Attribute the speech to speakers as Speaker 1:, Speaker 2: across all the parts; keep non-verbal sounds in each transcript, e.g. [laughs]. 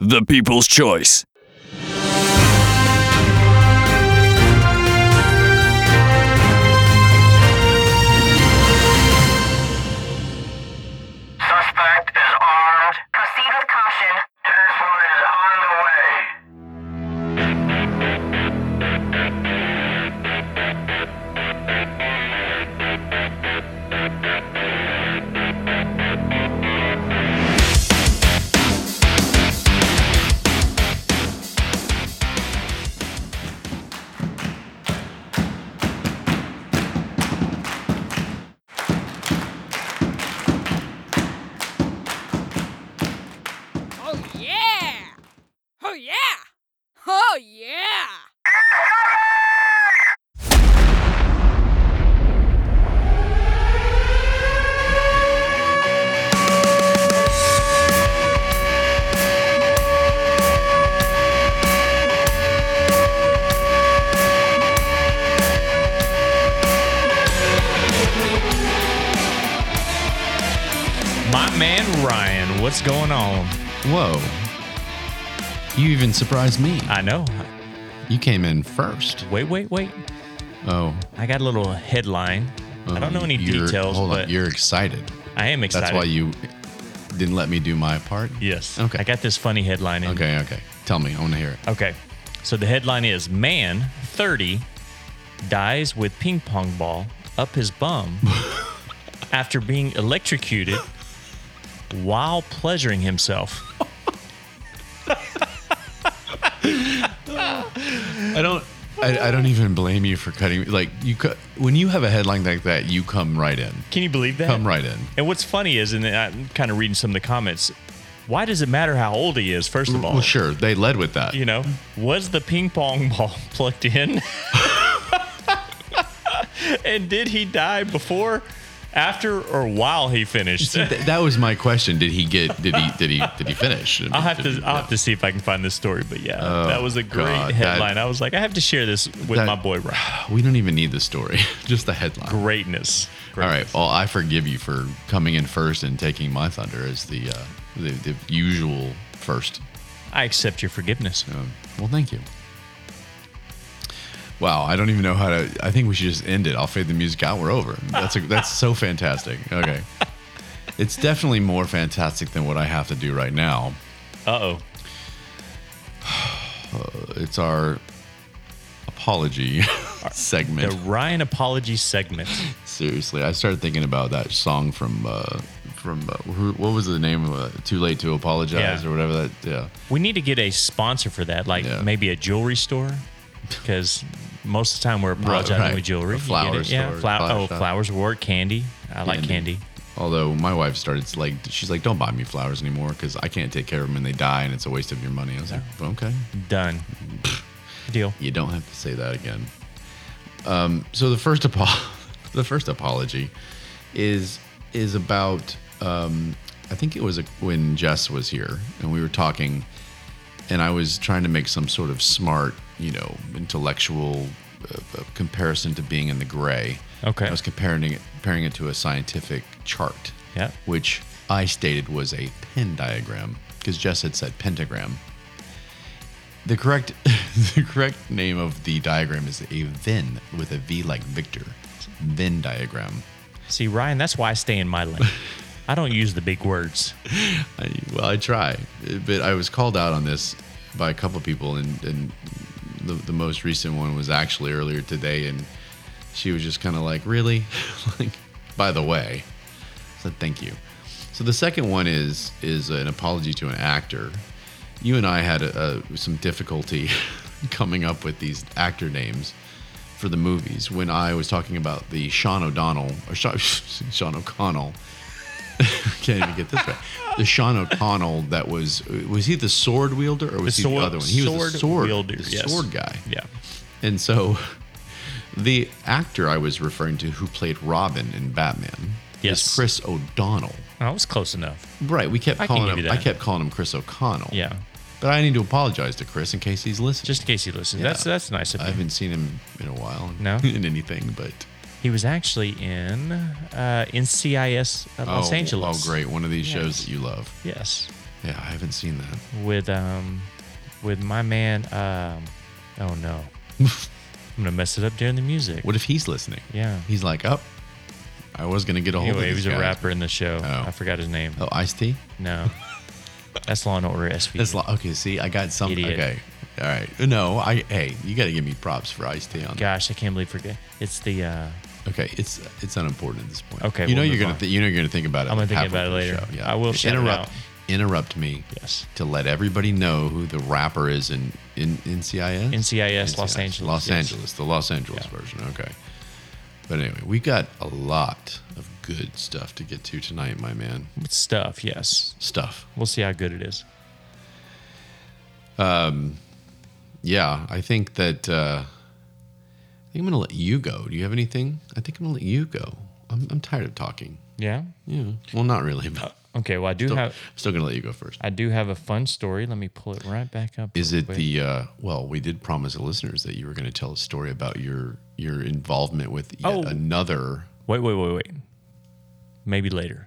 Speaker 1: the people's choice.
Speaker 2: Suspect is armed.
Speaker 3: Proceed with caution.
Speaker 2: Transport is on the way.
Speaker 4: Oh yeah! Oh yeah! Oh yeah!
Speaker 5: My man Ryan, what's going on?
Speaker 6: Whoa. You even surprised me.
Speaker 5: I know.
Speaker 6: You came in first.
Speaker 5: Wait, wait, wait.
Speaker 6: Oh, um,
Speaker 5: I got a little headline. I don't know any
Speaker 6: you're-
Speaker 5: details,
Speaker 6: Hold
Speaker 5: but
Speaker 6: on. You're excited.
Speaker 5: I am excited.
Speaker 6: That's why you didn't let me do my part?
Speaker 5: Yes.
Speaker 6: Okay.
Speaker 5: I got this funny headline. In.
Speaker 6: Okay, okay. Tell me. I want to hear it.
Speaker 5: Okay. So the headline is Man 30 dies with ping pong ball up his
Speaker 6: [laughs]
Speaker 5: bum after being electrocuted while pleasuring
Speaker 6: [laughs]
Speaker 5: himself.
Speaker 6: I don't. I, I don't even blame you for cutting. Like you, cut when you have a headline like that, you come right in.
Speaker 5: Can you believe that?
Speaker 6: Come right in.
Speaker 5: And what's funny is, and I'm kind of reading some of the comments, why does it matter how old he is, first of all?
Speaker 6: Well, sure. They led with that.
Speaker 5: You know, was the ping pong [laughs] ball plugged in? [laughs] and did he die before, after, or while he finished?
Speaker 6: See, th- that was my question. Did he get? Did he? Did he? Did he finish?
Speaker 5: [laughs] [laughs] I'll have to I'll have to see if I can find this story, but yeah, that was a great
Speaker 6: Oh, God, that-
Speaker 5: headline. I was like, I have to share this with
Speaker 6: That-
Speaker 5: my boy Ryan.
Speaker 6: [sighs] We don't even need the story. [laughs] Just the headline.
Speaker 5: Greatness.
Speaker 6: All right. Well, I forgive you for coming in first and taking my thunder as the uh, the, the usual first.
Speaker 5: I accept your forgiveness.
Speaker 6: Um, well, thank you. Wow, I don't even know how to. I think we should just end it. I'll fade the music out. We're over. That's a, that's so fantastic. Okay, it's definitely more fantastic than what I have to do right now.
Speaker 5: Uh oh.
Speaker 6: It's our apology [laughs] segment.
Speaker 5: The Ryan apology segment.
Speaker 6: Seriously, I started thinking about that song from uh, from uh, who, what was the name of it? Too late to apologize
Speaker 5: Yeah.
Speaker 6: or whatever that. Yeah,
Speaker 5: We need to get a sponsor for that, like
Speaker 6: Yeah.
Speaker 5: maybe a jewelry store, because most of the time we're apologizing
Speaker 6: right.
Speaker 5: with jewelry.
Speaker 6: A
Speaker 5: You get
Speaker 6: flower
Speaker 5: it? yeah,
Speaker 6: store,
Speaker 5: flower.
Speaker 6: flower
Speaker 5: oh,
Speaker 6: shop.
Speaker 5: flowers work. Candy. I like
Speaker 6: Candy.
Speaker 5: candy.
Speaker 6: Although my wife started like she's like, don't buy me flowers anymore because I can't take care of them and they die and it's a waste of your money. I was like, okay,
Speaker 5: Done. Deal.
Speaker 6: you don't have to say that again. Um, so the first apo- [laughs] the first apology is is about um, I think it was a, when Jess was here and we were talking, and I was trying to make some sort of smart, you know, intellectual uh, uh, comparison to being in the gray.
Speaker 5: Okay.
Speaker 6: I was comparing it comparing it to a scientific chart.
Speaker 5: Yeah.
Speaker 6: Which I stated was a pen diagram because Jess had said pentagram. The correct [laughs] the correct name of the diagram is a Venn with a V like Victor. Venn diagram.
Speaker 5: See, Ryan, that's why I stay in my
Speaker 6: [laughs]
Speaker 5: lane. I don't use the big words.
Speaker 6: I, well, I try, but I was called out on this by a couple of people, and, and the, the most recent one was actually earlier today, and she was just kind of like, "Really?" [laughs] like, by the way, I said thank you. So the second one is is an apology to an actor. You and I had uh some difficulty [laughs] coming up with these actor names for the movies when I was talking about the Sean O'Donnell or Sean, [laughs] Sean O'Connell. [laughs] Can't even get this right. The Sean O'Connell that was was he the sword wielder or was
Speaker 5: The
Speaker 6: he
Speaker 5: sword-
Speaker 6: the other one? He was the
Speaker 5: sword
Speaker 6: sword
Speaker 5: wielder,
Speaker 6: the
Speaker 5: yes.
Speaker 6: sword guy.
Speaker 5: Yeah.
Speaker 6: And so the actor I was referring to who played Robin in Batman
Speaker 5: Yes.
Speaker 6: is Chris O'Donnell.
Speaker 5: I was close enough.
Speaker 6: Right. We kept
Speaker 5: I can
Speaker 6: calling
Speaker 5: give
Speaker 6: him
Speaker 5: you
Speaker 6: I
Speaker 5: that.
Speaker 6: kept calling him Chris O'Connell.
Speaker 5: Yeah.
Speaker 6: But I need to apologize to Chris in case he's listening.
Speaker 5: Just in case he listens.
Speaker 6: Yeah.
Speaker 5: That's that's nice of
Speaker 6: I
Speaker 5: you.
Speaker 6: haven't seen him in a while.
Speaker 5: No?
Speaker 6: [laughs] In anything, but
Speaker 5: He was actually in uh, NCIS uh, Los
Speaker 6: oh,
Speaker 5: Angeles.
Speaker 6: Oh great. One of these shows
Speaker 5: Yes.
Speaker 6: that you love.
Speaker 5: Yes.
Speaker 6: Yeah, I haven't seen that.
Speaker 5: with um with my man um oh
Speaker 6: [laughs]
Speaker 5: no. I'm gonna mess it up during the music.
Speaker 6: What if he's listening?
Speaker 5: Yeah.
Speaker 6: He's like, up. I was gonna get a hold
Speaker 5: Anyway, he
Speaker 6: of this
Speaker 5: was a
Speaker 6: guy.
Speaker 5: rapper in the show.
Speaker 6: Oh.
Speaker 5: I forgot his name.
Speaker 6: Oh, Ice T. [laughs]
Speaker 5: No. That's Law and Order SVU.
Speaker 6: That's lo- okay. See, I got some.
Speaker 5: Idiot.
Speaker 6: Okay, all right. No, I. Hey, you got to give me props for Ice T on that.
Speaker 5: Gosh, I can't believe forget. It's the uh
Speaker 6: Okay, it's it's unimportant at this point.
Speaker 5: Okay,
Speaker 6: you know
Speaker 5: we'll
Speaker 6: you're
Speaker 5: move
Speaker 6: gonna
Speaker 5: on.
Speaker 6: th- you know you're gonna think about it.
Speaker 5: I'm gonna think
Speaker 6: halfway
Speaker 5: about it
Speaker 6: through the
Speaker 5: later.
Speaker 6: show. Yeah,
Speaker 5: I will
Speaker 6: Just
Speaker 5: shout it
Speaker 6: interrupt
Speaker 5: out.
Speaker 6: interrupt me
Speaker 5: yes.
Speaker 6: to let everybody know who the rapper is in in NCIS.
Speaker 5: NCIS, Los Angeles,
Speaker 6: Los
Speaker 5: yes.
Speaker 6: Angeles, the Los Angeles version. Okay, but anyway, we got a lot of good stuff to get to tonight, my man.
Speaker 5: It's stuff, yes.
Speaker 6: Stuff.
Speaker 5: We'll see how good it is.
Speaker 6: Yeah, I think that uh, I think I'm gonna let you go. Do you have anything? I think I'm gonna let you go. I'm, I'm tired of talking.
Speaker 5: Yeah?
Speaker 6: Yeah. Well, not really, but
Speaker 5: Okay, well I do
Speaker 6: still,
Speaker 5: have
Speaker 6: still gonna let you go first.
Speaker 5: I do have a fun story. Let me pull it right back up.
Speaker 6: Is
Speaker 5: real
Speaker 6: it
Speaker 5: quick.
Speaker 6: the uh, well? We did promise the listeners that you were going to tell a story about your your involvement with yet
Speaker 5: Oh.
Speaker 6: another.
Speaker 5: Wait, wait, wait, wait. Maybe later.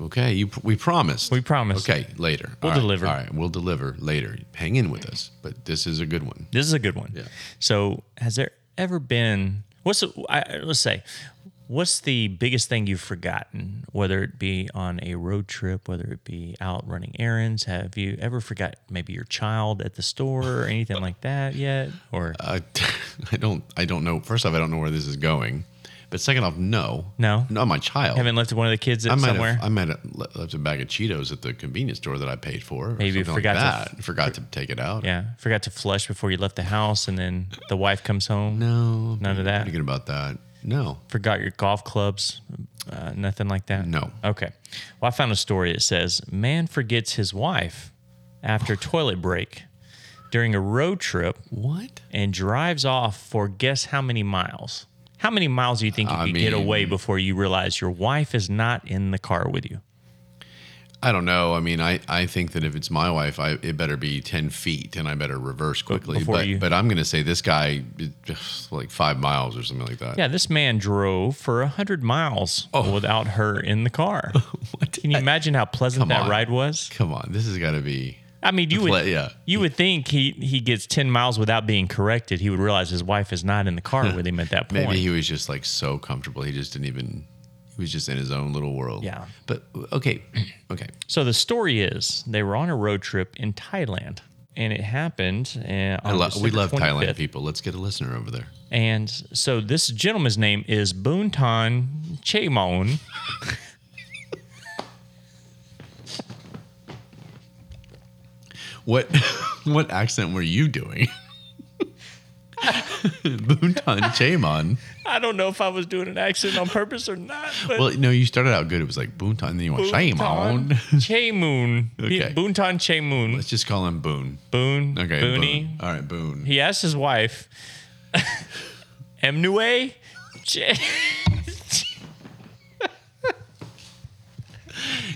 Speaker 6: Okay, you we promised.
Speaker 5: We promised.
Speaker 6: Okay, later.
Speaker 5: We'll
Speaker 6: All right,
Speaker 5: deliver.
Speaker 6: All right, we'll deliver later. Hang in with us, but this is a good one.
Speaker 5: This is a good one.
Speaker 6: Yeah.
Speaker 5: So, has there ever been what's the, I, let's say what's the biggest thing you've forgotten, whether it be on a road trip, whether it be out running errands? Have you ever forgot maybe your child at the store or anything like that yet? Or
Speaker 6: Uh, [laughs] I don't. I don't know. First off, I don't know where this is going. But second off, no,
Speaker 5: No?
Speaker 6: not my child.
Speaker 5: haven't left one of the kids
Speaker 6: I
Speaker 5: at
Speaker 6: might
Speaker 5: somewhere?
Speaker 6: Have, I might have le- left a bag of Cheetos at the convenience store that I paid for. Or
Speaker 5: Maybe
Speaker 6: something
Speaker 5: forgot
Speaker 6: like
Speaker 5: to-
Speaker 6: that. forgot to take it out.
Speaker 5: yeah, forgot to flush before you left the house, and then the wife comes home.
Speaker 6: No,
Speaker 5: None of that?
Speaker 6: Pretty good about that. No,
Speaker 5: Forgot your golf clubs, uh, nothing like that.
Speaker 6: no.
Speaker 5: Okay. Well, I found a story that says man forgets his wife
Speaker 6: [sighs]
Speaker 5: after toilet break during a road trip
Speaker 6: What?
Speaker 5: and drives off for guess how many miles? How many miles do you think you
Speaker 6: I
Speaker 5: could get
Speaker 6: mean-
Speaker 5: away before you realize your wife is not in the car with you?
Speaker 6: I don't know. I mean, I, I think that if it's my wife, I, it better be 10 feet and I better reverse quickly.
Speaker 5: before
Speaker 6: But,
Speaker 5: you-
Speaker 6: but I'm going to say this guy, is just like five miles or something like that.
Speaker 5: Yeah, this man drove for 100 miles
Speaker 6: Oh.
Speaker 5: without her in the
Speaker 6: [laughs]
Speaker 5: car. Can you imagine how pleasant
Speaker 6: Come
Speaker 5: that
Speaker 6: on.
Speaker 5: ride was?
Speaker 6: Come on. This has got to be.
Speaker 5: I mean, you
Speaker 6: Pla-
Speaker 5: would
Speaker 6: yeah.
Speaker 5: you would think he he gets 10 miles without being corrected. He would realize his wife is not in the car with him at that point.
Speaker 6: Maybe he was just like so comfortable. He just didn't even. He was just in his own little world.
Speaker 5: Yeah.
Speaker 6: But okay.
Speaker 5: [clears throat]
Speaker 6: Okay.
Speaker 5: So the story is they were on a road trip in Thailand, and it happened. Uh, on
Speaker 6: I lo- we
Speaker 5: December
Speaker 6: love
Speaker 5: 25th.
Speaker 6: Thailand people. Let's get a listener over there.
Speaker 5: And so this gentleman's name is Boonton Chamon.
Speaker 6: What [laughs] what accent were you
Speaker 5: [laughs]
Speaker 6: doing? [laughs] Boonton Chamon.
Speaker 5: I don't know if I was doing an accent on purpose or not, but
Speaker 6: [laughs] Well, no, you started out good. It was like Boonton, then you went Chamon.
Speaker 5: Chamoon.
Speaker 6: Okay.
Speaker 5: Boonton Chamoon.
Speaker 6: [laughs] Let's just call him Boone.
Speaker 5: Boon.
Speaker 6: Okay.
Speaker 5: Booney.
Speaker 6: Boone. All right, Boone.
Speaker 5: He asked his wife, [laughs] Emnue? Ch-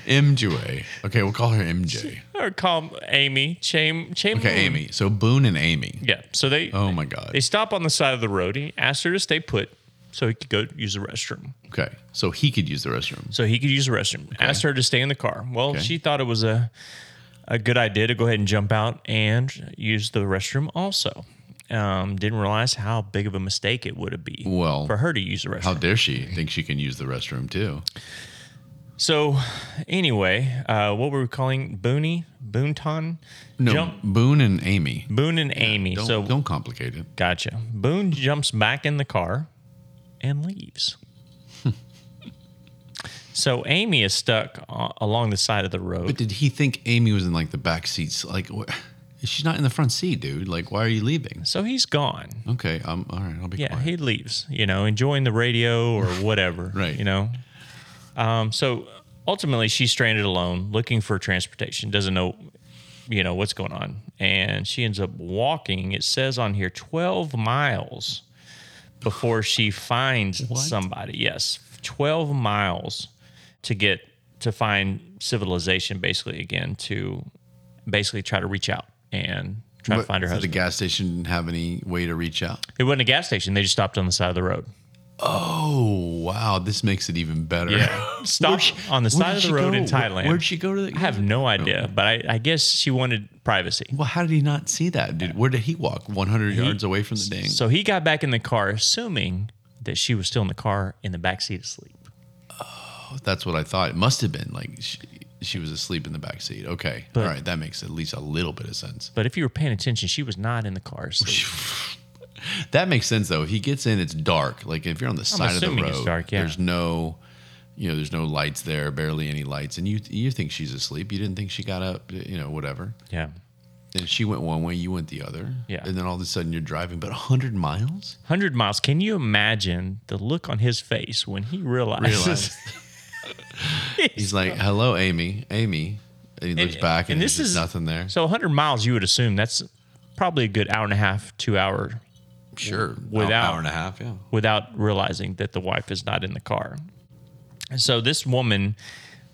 Speaker 6: MJ. Okay, we'll call her MJ.
Speaker 5: or call Amy. Cham- Chamoon.
Speaker 6: Okay, Amy. So Boone and Amy.
Speaker 5: Yeah. So they.
Speaker 6: Oh my
Speaker 5: They
Speaker 6: God.
Speaker 5: stop on the side of the road. He asked her to stay put so he could go use the restroom.
Speaker 6: Okay, so he could use the restroom.
Speaker 5: So he could use the restroom. Asked her to stay in the car. Well,
Speaker 6: Okay.
Speaker 5: she thought it was a a good idea to go ahead and jump out and use the restroom also. Um, didn't realize how big of a mistake it would have been
Speaker 6: Well,
Speaker 5: for her to use the restroom.
Speaker 6: How dare she think she can use the restroom too?
Speaker 5: so anyway, uh, what were we calling Booney, Boonton,
Speaker 6: No,
Speaker 5: Jump,
Speaker 6: Boone and Amy.
Speaker 5: Boone and Amy.
Speaker 6: Don't,
Speaker 5: so
Speaker 6: don't complicate it.
Speaker 5: Gotcha. Boone jumps back in the car and
Speaker 6: [laughs]
Speaker 5: leaves. so Amy is stuck a- along the side of the
Speaker 6: But
Speaker 5: road.
Speaker 6: did he think Amy was in like the back seats? Like, wh- [laughs] she's not in the front seat, dude. Like, why are you leaving?
Speaker 5: So he's gone.
Speaker 6: Okay, um, all right, I'll be
Speaker 5: Yeah,
Speaker 6: quiet.
Speaker 5: he leaves, you know, enjoying the radio
Speaker 6: [laughs]
Speaker 5: or whatever.
Speaker 6: Right.
Speaker 5: You know? Um, so ultimately, she's stranded alone, looking for transportation, doesn't know, you know, what's going on. And she ends up walking, it says on here, 12 miles before she finds somebody. Yes, 12 miles to get to find civilization, basically, again, to basically try to reach out and try
Speaker 6: But
Speaker 5: to find her
Speaker 6: did the
Speaker 5: husband.
Speaker 6: gas station have any way to reach out?
Speaker 5: It wasn't a gas station. They just stopped on the side of the road.
Speaker 6: Oh wow, this makes it even better. [laughs]
Speaker 5: Yeah. [laughs]
Speaker 6: Where'd
Speaker 5: Stopped
Speaker 6: she-
Speaker 5: on the
Speaker 6: where
Speaker 5: side
Speaker 6: did
Speaker 5: of the
Speaker 6: she
Speaker 5: road
Speaker 6: go?
Speaker 5: in
Speaker 6: Wh-
Speaker 5: Thailand.
Speaker 6: Where'd she go to the
Speaker 5: I have no idea, but I, I guess she wanted privacy.
Speaker 6: Well, how did he not see that? Did where did he walk? 100 yards away from the dang.
Speaker 5: So he got back in the car, assuming that she was still in the car in the back seat asleep.
Speaker 6: That's what I thought. It must have been like she, she was asleep in the back seat. Okay,
Speaker 5: But-
Speaker 6: all right, that makes at least a little bit of sense.
Speaker 5: But if you were paying attention, she was not in the car. asleep.
Speaker 6: [laughs] That makes sense though. If he gets in, it's dark. Like if you're on the side of the
Speaker 5: assuming
Speaker 6: road,
Speaker 5: it's dark, yeah.
Speaker 6: there's no, you know, there's no lights there, barely any lights, and you you think she's asleep. You didn't think she got up, you know, whatever.
Speaker 5: yeah.
Speaker 6: And she went one way, you went the other.
Speaker 5: Yeah.
Speaker 6: And then all of a sudden you're driving, but 100 miles? [laughs]
Speaker 5: 100 miles. Can you imagine the look on his face when he realizes?
Speaker 6: Realized. He's like, hello, Amy. Amy. And he looks back and, there's just nothing
Speaker 5: [laughs]
Speaker 6: there.
Speaker 5: So 100 miles, you would assume that's probably a good hour and a half, two hour
Speaker 6: Sure.
Speaker 5: without-
Speaker 6: hour and a half, yeah.
Speaker 5: without realizing that the wife is not in the car. And so this woman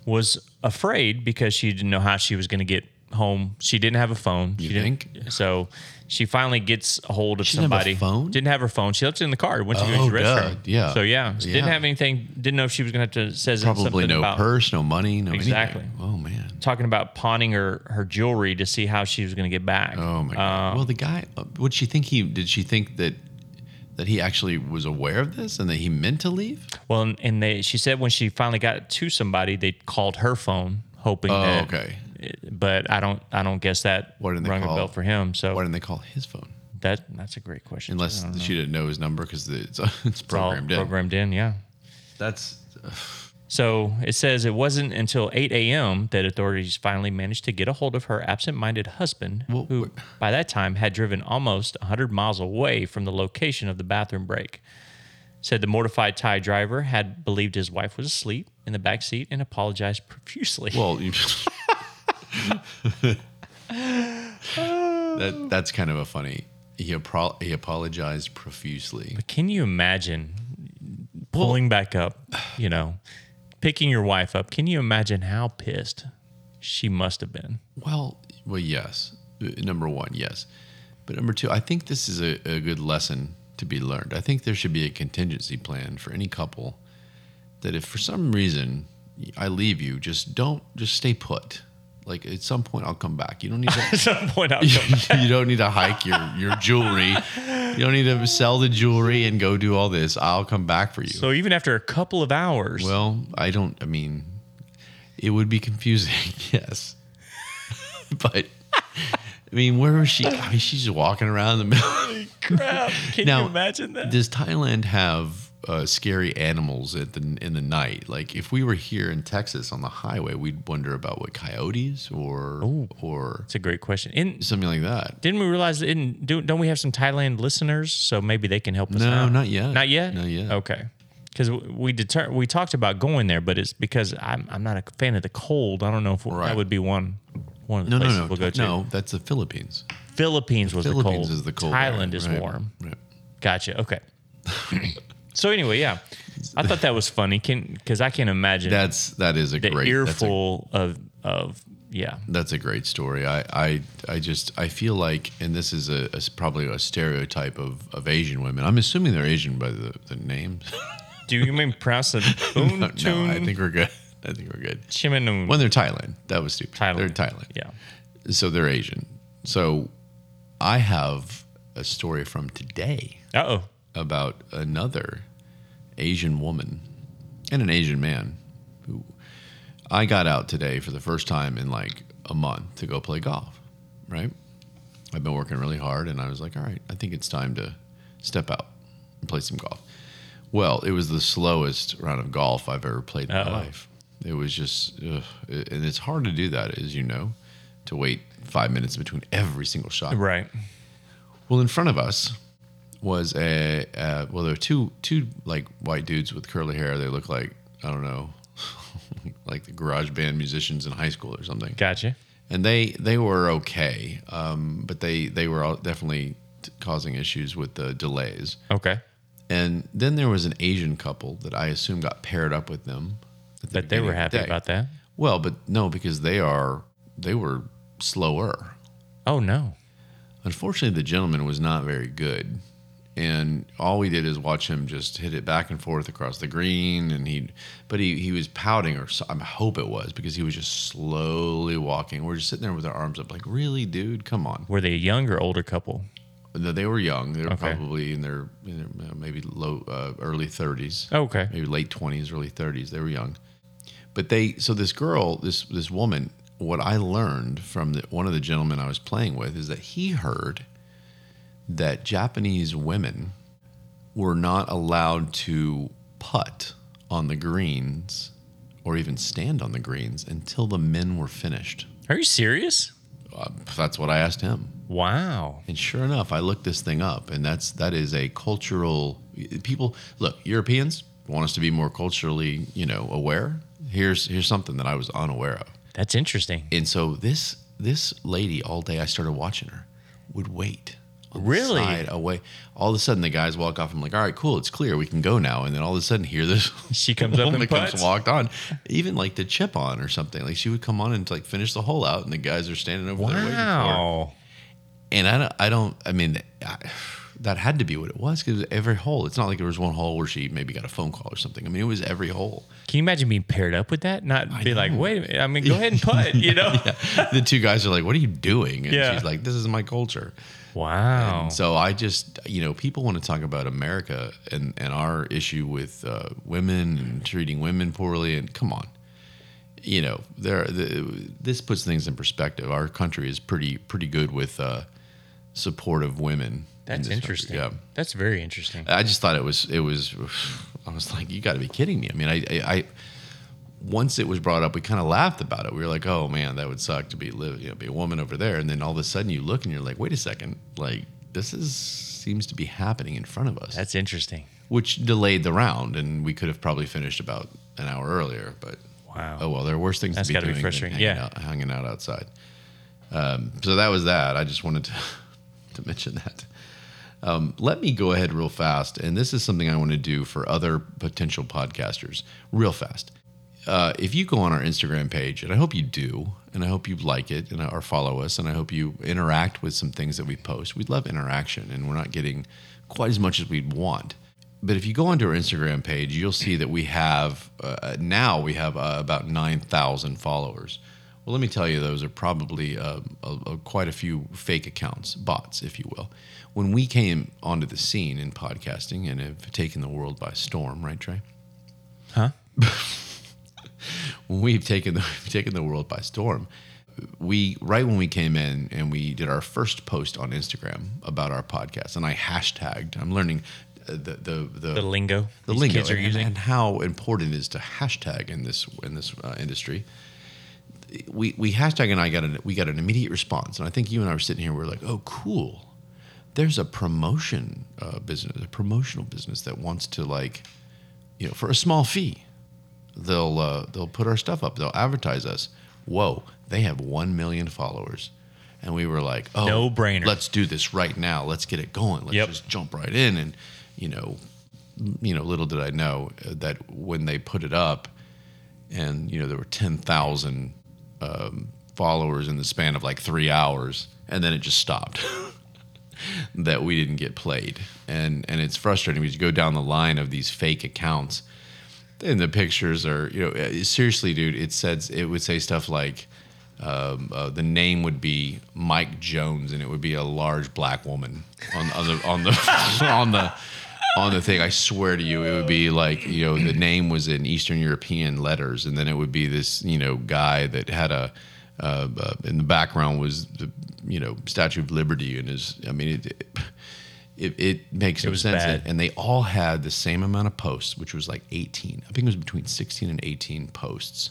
Speaker 5: was afraid because she didn't know how she was going to get home. She didn't have a phone. You she
Speaker 6: think?
Speaker 5: Didn't, so she finally gets a hold of
Speaker 6: didn't have a
Speaker 5: somebody.
Speaker 6: phone?
Speaker 5: Didn't have her phone. She left it in the car. Went to go
Speaker 6: Oh,
Speaker 5: to the restroom.
Speaker 6: duh. Yeah.
Speaker 5: So yeah, so didn't
Speaker 6: Yeah.
Speaker 5: have anything. Didn't know if she was going to have to say
Speaker 6: Probably
Speaker 5: something
Speaker 6: no
Speaker 5: about
Speaker 6: purse, no money, no
Speaker 5: Exactly.
Speaker 6: anything. Oh, man.
Speaker 5: talking about pawning her her jewelry to see how she was going to get back.
Speaker 6: Oh, my
Speaker 5: Um,
Speaker 6: God. well, the guy, uh, would she think he, did she think that? That he actually was aware of this and that he meant to leave.
Speaker 5: Well, and- and they she said when she finally got to somebody, they called her phone hoping.
Speaker 6: Oh,
Speaker 5: that,
Speaker 6: okay.
Speaker 5: But I don't I don't guess that
Speaker 6: Why didn't they
Speaker 5: rung a
Speaker 6: call-
Speaker 5: bell for him. So
Speaker 6: Why didn't they call his phone?
Speaker 5: that that's a great question. too.
Speaker 6: Unless
Speaker 5: I don't know.
Speaker 6: she didn't know his number because it's, [laughs] it's
Speaker 5: It's all
Speaker 6: programmed in.
Speaker 5: programmed in, yeah.
Speaker 6: That's
Speaker 5: So it says it wasn't until 8 a.m. that authorities finally managed to get a hold of her absent-minded husband,
Speaker 6: Well,
Speaker 5: who
Speaker 6: wait.
Speaker 5: by that time had driven almost 100 miles away from the location of the bathroom break. Said the mortified Thai driver had believed his wife was asleep in the back seat and apologized profusely.
Speaker 6: Well, you, that that's kind of a funny. He apro- he apologized profusely.
Speaker 5: Can you imagine pulling back up, you know, picking your wife up? Can you imagine how pissed she must have been? [laughs]
Speaker 6: Well, well, yes. Uh, Number one, yes. But number two, I think this is a, a good lesson to be learned. I think there should be a contingency plan for any couple that if for some reason I leave you, just don't just stay put. Like at some point I'll come back. You don't need to
Speaker 5: At some point, I'll
Speaker 6: you,
Speaker 5: go,
Speaker 6: [laughs] you don't need to hike your, your jewelry. You don't need to sell the jewelry and go do all this. I'll come back for you.
Speaker 5: so even after a couple of hours,
Speaker 6: well, I don't, I mean, it would be confusing, [laughs] yes. but, I mean, where was she? I mean, she's just walking around the middle.
Speaker 5: crap! Can
Speaker 6: Now,
Speaker 5: you imagine that?
Speaker 6: Does Thailand have uh, scary animals at the, in the night? Like, if we were here in Texas on the highway, we'd wonder about what coyotes or, or
Speaker 5: It's a great question. And
Speaker 6: something like that.
Speaker 5: didn't we realize? Didn't do? Don't we have some Thailand listeners? So maybe they can help us.
Speaker 6: No,
Speaker 5: out.
Speaker 6: not yet.
Speaker 5: Not yet.
Speaker 6: Not yet.
Speaker 5: Okay. Because we deter- we talked about going there, but it's because I'm I'm not a fan of the cold. I don't know if
Speaker 6: Right.
Speaker 5: that would be one one of the
Speaker 6: No,
Speaker 5: places
Speaker 6: no, no.
Speaker 5: we'll go to.
Speaker 6: No, that's the Philippines.
Speaker 5: Philippines was the
Speaker 6: Philippines
Speaker 5: cold.
Speaker 6: is the cold.
Speaker 5: Thailand
Speaker 6: area,
Speaker 5: is
Speaker 6: right,
Speaker 5: warm.
Speaker 6: Right.
Speaker 5: Gotcha. Okay. [laughs] so anyway, yeah, I thought that was funny. Can because I can imagine
Speaker 6: That's that is a
Speaker 5: the
Speaker 6: great that's a,
Speaker 5: earful of of yeah.
Speaker 6: that's a great story. I, I I just I feel like, and this is a, a s- probably a stereotype of, of Asian women. I'm assuming they're Asian by the the names. [laughs]
Speaker 5: Do you mean pronounce it?
Speaker 6: no,
Speaker 5: [laughs] Boon
Speaker 6: I
Speaker 5: Tun
Speaker 6: think we're good. I think we're good.
Speaker 5: Chimanoon?
Speaker 6: When they're Thailand, that was stupid. They're
Speaker 5: Thailand.
Speaker 6: Thailand.
Speaker 5: Yeah.
Speaker 6: So they're Asian. So I have a story from today.
Speaker 5: Uh oh.
Speaker 6: about another Asian woman and an Asian man who I got out today for the first time in like a month to go play golf, right? I've been working really hard and I was like, all right, I think it's time to step out and play some golf. Well, it was the slowest round of golf I've ever played in
Speaker 5: Uh-oh.
Speaker 6: my life. It was just, ugh, and it's hard to do that, as you know, to wait five minutes between every single shot.
Speaker 5: Right.
Speaker 6: Well, in front of us was a uh, well, there were two two like white dudes with curly hair. They look like I don't know, [laughs] like the garage band musicians in high school or something.
Speaker 5: Gotcha.
Speaker 6: And they they were okay, um, but they they were all definitely t- causing issues with the delays.
Speaker 5: Okay.
Speaker 6: And then there was an Asian couple that I assume got paired up with them. at the
Speaker 5: But they were
Speaker 6: beginning of
Speaker 5: happy
Speaker 6: the day.
Speaker 5: about that.
Speaker 6: Well, but no, because they are they were slower.
Speaker 5: Oh no.
Speaker 6: Unfortunately, the gentleman was not very good and all we did is watch him just hit it back and forth across the green and he but he he was pouting or so, I hope it was because he was just slowly walking. We're just sitting there with our arms up like, "Really, dude? Come on."
Speaker 5: Were they a young or older couple?
Speaker 6: No, they were young. They were
Speaker 5: Okay.
Speaker 6: probably in their, in their uh, maybe low uh, early 30s.
Speaker 5: Okay.
Speaker 6: Maybe late 20s, early 30s. They were young. But they so this girl, this this woman, what I learned from the, one of the gentlemen I was playing with is that he heard that Japanese women were not allowed to putt on the greens or even stand on the greens until the men were finished.
Speaker 5: Are you serious?
Speaker 6: Uh, that's what I asked him.
Speaker 5: Wow.
Speaker 6: And sure enough, I looked this thing up, and that's that is a cultural. People look Europeans want us to be more culturally, you know, aware. Here's here's something that I was unaware of,
Speaker 5: That's interesting.
Speaker 6: and so this this lady all day I started watching her would wait. on the
Speaker 5: Really?
Speaker 6: side away. All of a sudden, the guys walk off. I'm like, all right, cool, it's clear, we can go now. And then all of a sudden, here this [laughs]
Speaker 5: She comes up
Speaker 6: woman
Speaker 5: and
Speaker 6: comes
Speaker 5: putts?
Speaker 6: walked on, even like to chip on or something. Like she would come on and like finish the hole out, and the guys are standing over there waiting for her.
Speaker 5: Wow.
Speaker 6: And I don't, I don't, I mean, I, that had to be what it was because every hole, it's not like there was one hole where she maybe got a phone call or something. I mean, it was
Speaker 5: [laughs]
Speaker 6: every hole.
Speaker 5: Can you imagine being paired up with that? Not be like, wait a minute. I mean, go ahead and
Speaker 6: [laughs]
Speaker 5: putt, you know?
Speaker 6: the two guys are like, What are you doing? And
Speaker 5: Yeah. Oh.
Speaker 6: she's like, This is my culture.
Speaker 5: Wow.
Speaker 6: So I just, you know, people want to talk about America and, and our issue with uh, women and treating women poorly. And come on, you know, there. The, this puts things in perspective. Our country is pretty pretty good with uh, support of women. in
Speaker 5: That's
Speaker 6: this country.
Speaker 5: interesting.
Speaker 6: Yeah. Uh,
Speaker 5: That's very interesting.
Speaker 6: I just thought it was it was. [sighs] I was like, you got to be kidding me. I mean, I, I, I once it was brought up, we kind of laughed about it. We were like, oh man, that would suck to be live, you know, be a woman over there. And then all of a sudden, you look and you're like, wait a second, like this is seems to be happening in front of us,
Speaker 5: That's interesting.
Speaker 6: which delayed the round, and we could have probably finished about an hour earlier. But
Speaker 5: Wow.
Speaker 6: oh well, there are worse things
Speaker 5: That's
Speaker 6: to be
Speaker 5: gotta be
Speaker 6: doing than
Speaker 5: frustrating.
Speaker 6: hanging
Speaker 5: Yeah.
Speaker 6: out, hanging out outside. Um, so that was that. I just wanted to [laughs] to mention that Um, let me go ahead real fast, and this is something I want to do for other potential podcasters, real fast. Uh, if you go on our Instagram page, and I hope you do, and I hope you like it, and uh, or follow us, and I hope you interact with some things that we post. We love interaction, and we're not getting quite as much as we'd want. But if you go onto our Instagram page, you'll see that we have uh, now we have uh, about nine thousand followers. Well, let me tell you, those are probably uh, a, a- quite a few fake accounts, bots, if you will. When we came onto the scene in podcasting and have taken the world by storm, right, Trey?
Speaker 5: Huh?
Speaker 6: when we've taken the, [laughs] we've taken the world by storm. We right when we came in and we did our first post on Instagram about our podcast, and I hashtagged. I'm learning uh, the the the,
Speaker 5: The lingo
Speaker 6: the
Speaker 5: these
Speaker 6: lingo
Speaker 5: kids are
Speaker 6: and,
Speaker 5: using.
Speaker 6: and how important it is to hashtag in this in this uh, industry. We we hashtag and I got an we got an immediate response, and I think you and I were sitting here. We are like, oh, cool. There's a promotion uh, business, a promotional business that wants to like, you know, for a small fee, they'll uh, they'll put our stuff up. They'll advertise us. Whoa, they have one million followers, and we were like, oh,
Speaker 5: No brainer.
Speaker 6: Let's do this right now. Let's get it going. Let's
Speaker 5: Yep.
Speaker 6: just jump right in, and you know, you know, little did I know uh, that when they put it up, and you know, there were ten thousand um, followers in the span of like three hours, and then it just stopped. [laughs] that we didn't get played, and and it's frustrating because you go down the line of these fake accounts, and the pictures are you know uh, seriously, dude. It says it would say stuff like. Um, uh, the name would be Mike Jones, and it would be a large black woman on, on the on the [laughs] on the on the thing. I swear to you, it would be like you know the name was in Eastern European letters, and then it would be this you know guy that had a uh, uh, in the background was the you know Statue of Liberty, and his I mean it. it it, it makes no
Speaker 5: was
Speaker 6: sense,
Speaker 5: bad.
Speaker 6: and they all had the same amount of posts, which was like 18. I think it was between 16 and 18 posts,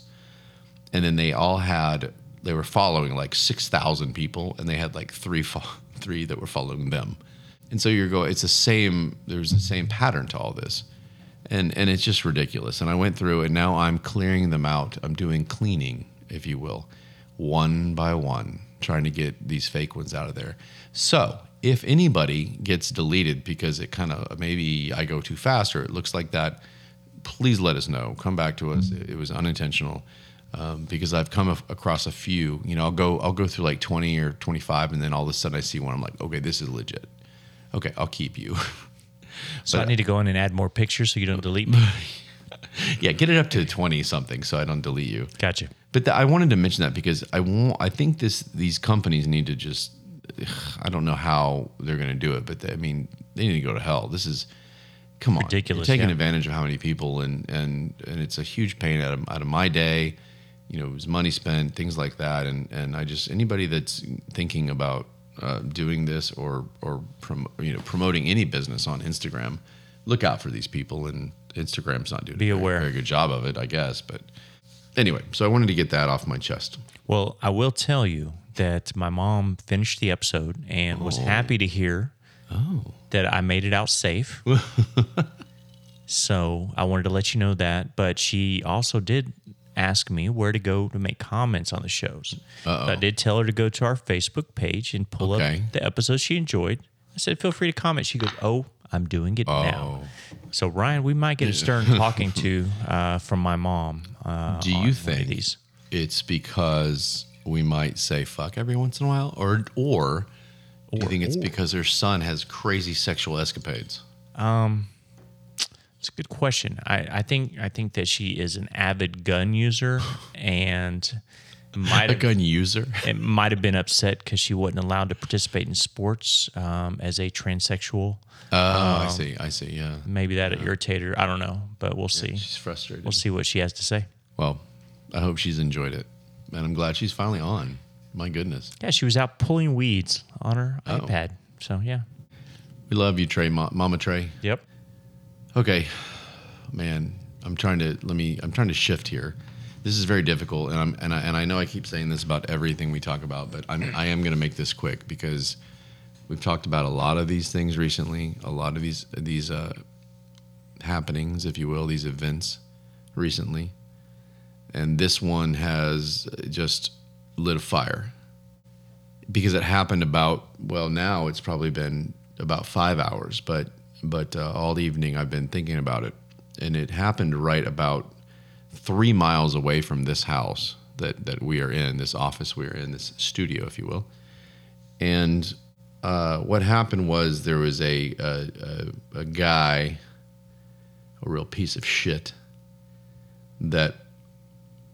Speaker 6: and then they all had they were following like 6,000 people and they had like three fo- [laughs] three that were following them. And so you're going it's the same there's the same pattern to all this. And and it's just ridiculous. And I went through and now I'm clearing them out. I'm doing cleaning, if you will, one by one, trying to get these fake ones out of there. So if anybody gets deleted because it kind of maybe I go too fast or it looks like that, please let us know. Come back to us. It, it was unintentional um, because I've come af- across a few. You know, I'll go I'll go through like twenty or twenty five, and then all of a sudden I see one. I'm like, okay, this is legit. Okay, I'll keep you. [laughs]
Speaker 5: So I
Speaker 6: But-
Speaker 5: need to go in and add more pictures so you don't delete me.
Speaker 6: [laughs] Yeah, get it up to 20 something so I don't delete you.
Speaker 5: Gotcha.
Speaker 6: But th- I wanted to mention that because I won't, I think this these companies need to just ugh, I don't know how they're going to do it, but they, I mean they need to go to hell. This is come on
Speaker 5: Ridiculous,
Speaker 6: You're taking
Speaker 5: yeah.
Speaker 6: advantage of how many people and and and it's a huge pain out of out of my day. You know, it was money spent, things like that, and and I just anybody that's thinking about uh, doing this or or prom- you know promoting any business on Instagram, look out for these people. And Instagram's not doing
Speaker 5: Be
Speaker 6: a very-
Speaker 5: aware.
Speaker 6: very good job of it, I guess, but anyway, so I wanted to get that off my chest.
Speaker 5: Well, I will tell you that my mom finished the episode and was happy to hear that I made it out safe. so I wanted to let you know that. But she also did ask me where to go to make comments on the shows. I did tell her to go to our Facebook page and pull
Speaker 6: Okay.
Speaker 5: up the episode she enjoyed. I said, feel free to comment. She goes, oh, I'm doing it now. So Ryan, we might get a stern talking to uh, from my mom. Uh,
Speaker 6: Do
Speaker 5: on one
Speaker 6: you
Speaker 5: of
Speaker 6: think
Speaker 5: these.
Speaker 6: it's because we might say fuck every once in a while, or or, do you think it's because her son has crazy sexual escapades?
Speaker 5: It's a good question. I, I think I think that she is an avid gun
Speaker 6: [laughs]
Speaker 5: user and might
Speaker 6: A
Speaker 5: have,
Speaker 6: gun user.
Speaker 5: it might have been upset because she wasn't allowed to participate in sports um, as a transsexual.
Speaker 6: Oh, I see. I see. Yeah,
Speaker 5: Maybe that irritated her. I don't know, but we'll see.
Speaker 6: she's frustrated.
Speaker 5: We'll see what she has to say.
Speaker 6: Well, I hope she's enjoyed it, and I'm glad she's finally on. My goodness,
Speaker 5: Yeah, she was out pulling weeds on her
Speaker 6: Oh.
Speaker 5: iPad. So yeah.
Speaker 6: we love you, Trey, Ma- Mama Trey.
Speaker 5: Yep.
Speaker 6: Okay, man, I'm trying to let me. I'm trying to shift here. This is very difficult, and I'm and I, and I know I keep saying this about everything we talk about, but I'm I am going to make this quick because we've talked about a lot of these things recently, a lot of these these uh, happenings, if you will, these events recently, and this one has just lit a fire because it happened about well now it's probably been about five hours but but uh, all evening i've been thinking about it and it happened right about three miles away from this house that that we are in this office we are in this studio if you will and uh, what happened was there was a a, a a guy a real piece of shit that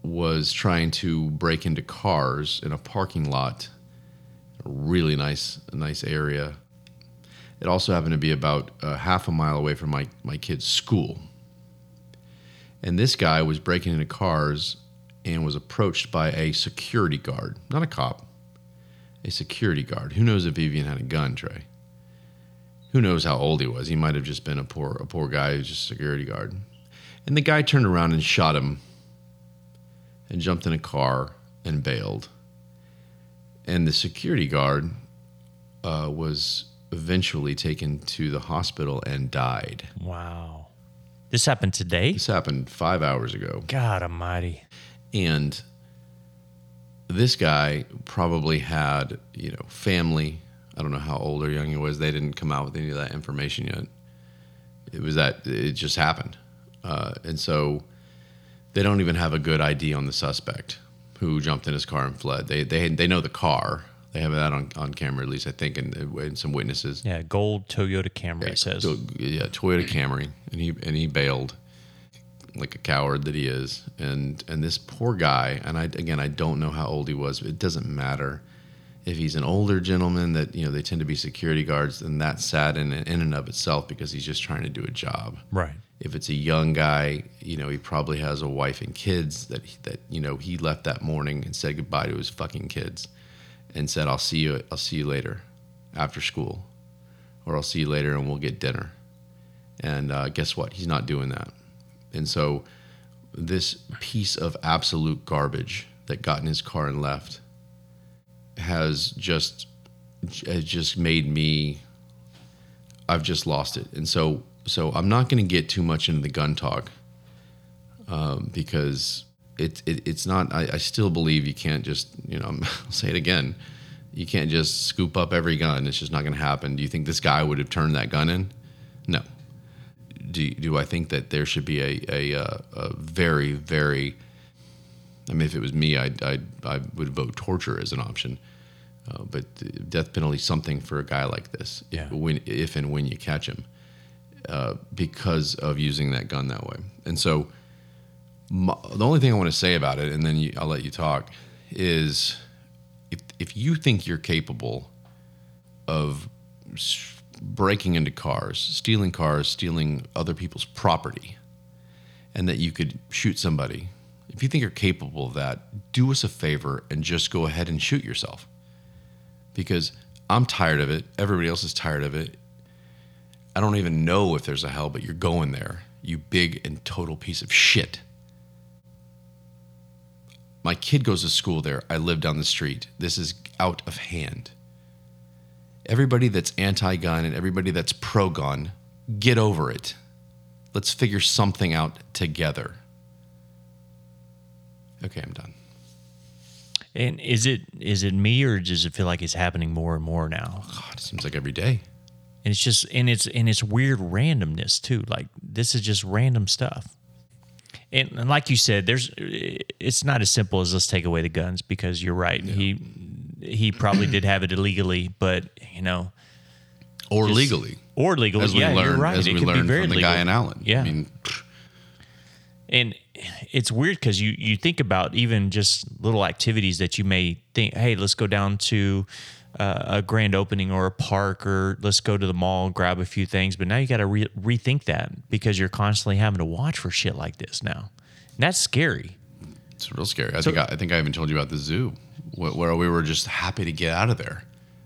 Speaker 6: was trying to break into cars in a parking lot really nice nice area. It also happened to be about a half a mile away from my my kid's school. And this guy was breaking into cars and was approached by a security guard, not a cop, a security guard. Who knows if he even had a gun, Trey? Who knows how old he was? He might have just been a poor a poor guy who's just a security guard. And the guy turned around and shot him and jumped in a car and bailed and the security guard uh, was eventually taken to the hospital and died.
Speaker 5: Wow. This happened today.
Speaker 6: This happened five hours ago,
Speaker 5: God Almighty.
Speaker 6: and this guy probably had you know family. I don't know how old or young he was. They didn't come out with any of that information yet. It was that it just happened, uh, and so they don't even have a good ID on the suspect who jumped in his car and fled. They they they know the car. They have that on, on camera, at least I think, and, and some witnesses.
Speaker 5: Yeah, gold Toyota Camry it says.
Speaker 6: So, yeah, Toyota Camry, and he and he bailed like a coward that he is. And and this poor guy, and I again I don't know how old he was, but it doesn't matter if he's an older gentleman that you know they tend to be security guards, then that's sad in in and of itself because he's just trying to do a job.
Speaker 5: Right.
Speaker 6: If it's a young guy, you know he probably has a wife and kids that he, that you know he left that morning and said goodbye to his fucking kids, and said I'll see you I'll see you later, after school, or I'll see you later and we'll get dinner. And uh, guess what? He's not doing that. And so this piece of absolute garbage that got in his car and left has just has just made me I've just lost it. And so so I'm not going to get too much into the gun talk um, because it, it it's not I, I still believe you can't just you know [laughs] I'll say it again you can't just scoop up every gun it's just not going to happen do you think this guy would have turned that gun in no do, do I think that there should be a, a, uh a very, very, I mean, if it was me, I'd, I'd, I would vote torture as an option. Uh, but the death penalty is something for a guy like this,
Speaker 5: Yeah.
Speaker 6: if, when, if and when you catch him. uh, because of using that gun that way. And so, my, the only thing I want to say about it, and then you, I'll let you talk, is if if you think you're capable of s- breaking into cars, stealing cars, stealing other people's property, and that you could shoot somebody, if you think you're capable of that, do us a favor and just go ahead and shoot yourself. Because I'm tired of it. Everybody else is tired of it. I don't even know if there's a hell, but you're going there, you big and total piece of shit. My kid goes to school there. I live down the street. This is out of hand. Everybody that's anti gun and everybody that's pro gun, get over it. Let's figure something out together. Okay, I'm done.
Speaker 5: And is it is it me or does it feel like it's happening more and more now?
Speaker 6: God, it seems like every day.
Speaker 5: And it's just and it's and it's weird randomness too. Like this is just random stuff. And, and like you said, there's it's not as simple as let's take away the guns because you're right. He he probably did have it illegally, but you know,
Speaker 6: Or
Speaker 5: just-
Speaker 6: legally.
Speaker 5: or legally.
Speaker 6: As we
Speaker 5: yeah,
Speaker 6: learned,
Speaker 5: you're right.
Speaker 6: as
Speaker 5: it
Speaker 6: we
Speaker 5: could
Speaker 6: learned
Speaker 5: be very
Speaker 6: from the
Speaker 5: legal.
Speaker 6: guy in Allen.
Speaker 5: Yeah,
Speaker 6: I mean,
Speaker 5: and it's weird because you you think about even just little activities that you may think, hey, let's go down to uh, a grand opening or a park, or let's go to the mall and grab a few things. But now you got to re- rethink that because you're constantly having to watch for shit like this now. And that's scary.
Speaker 6: It's real scary. I think I, I think I even told you about the zoo, where, where we were just happy to get out of there.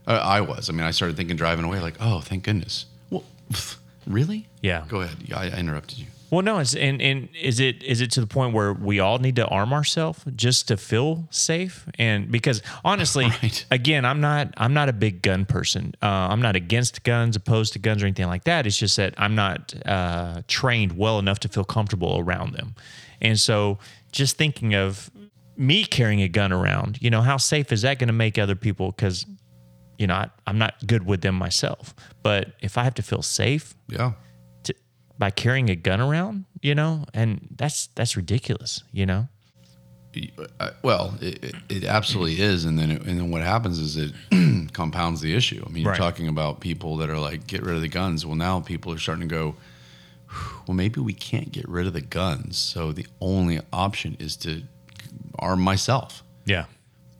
Speaker 6: I, I was. I mean, I started thinking driving away, like, oh, thank goodness. Well, [laughs] really?
Speaker 5: Yeah.
Speaker 6: Go ahead. Yeah, I, I interrupted you.
Speaker 5: Well, no, it's, and and is it is it to the point where we all need to arm ourselves just to feel safe? And because honestly,
Speaker 6: Right.
Speaker 5: again, I'm not I'm not a big gun person. Uh, I'm not against guns, opposed to guns, or anything like that. It's just that I'm not uh, trained well enough to feel comfortable around them. And so, just thinking of me carrying a gun around, you know, how safe is that going to make other people? Because you know, I, I'm not good with them myself. But if I have to feel safe,
Speaker 6: Yeah.
Speaker 5: to, by carrying a gun around, you know, and that's that's ridiculous, you know.
Speaker 6: I- well, it, it- it absolutely is, and then it, and then what happens is it [clears throat] compounds the issue. I mean,
Speaker 5: Right.
Speaker 6: you're talking about people that are like, get rid of the guns. Well, now people are starting to go, well, maybe we can't get rid of the guns, so the only option is to arm myself.
Speaker 5: Yeah,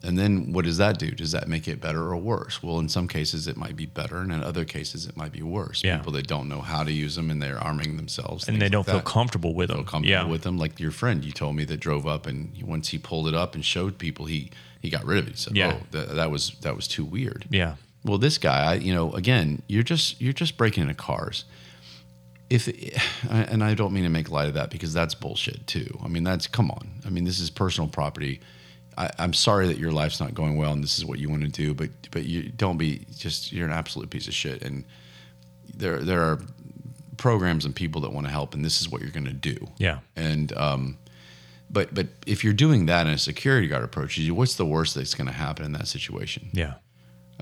Speaker 6: And then what does that do? Does that make it better or worse? Well, in some cases it might be better, and in other cases it might be worse.
Speaker 5: Yeah.
Speaker 6: People that don't know how to use them and they're arming themselves,
Speaker 5: and they
Speaker 6: things
Speaker 5: don't
Speaker 6: like
Speaker 5: feel
Speaker 6: that.
Speaker 5: comfortable with them.
Speaker 6: Feel comfortable with them. Like your friend, you told me that drove up, and he, once he pulled it up and showed people, he he got rid of it. He said,
Speaker 5: Yeah.
Speaker 6: "Oh, that, that was that was too weird."
Speaker 5: yeah,
Speaker 6: Well, this guy, I, you know, again, you're just you're just breaking into cars. If [sighs] and I don't mean to make light of that because that's bullshit too. I mean, that's come on. I mean, this is personal property. I, I'm sorry that your life's not going well and this is what you want to do, but but you don't be just you're an absolute piece of shit. And there there are programs and people that want to help, and this is what you're going to do.
Speaker 5: yeah,
Speaker 6: And um, but but if you're doing that and a security guard approaches you, what's the worst that's going to happen in that situation?
Speaker 5: yeah,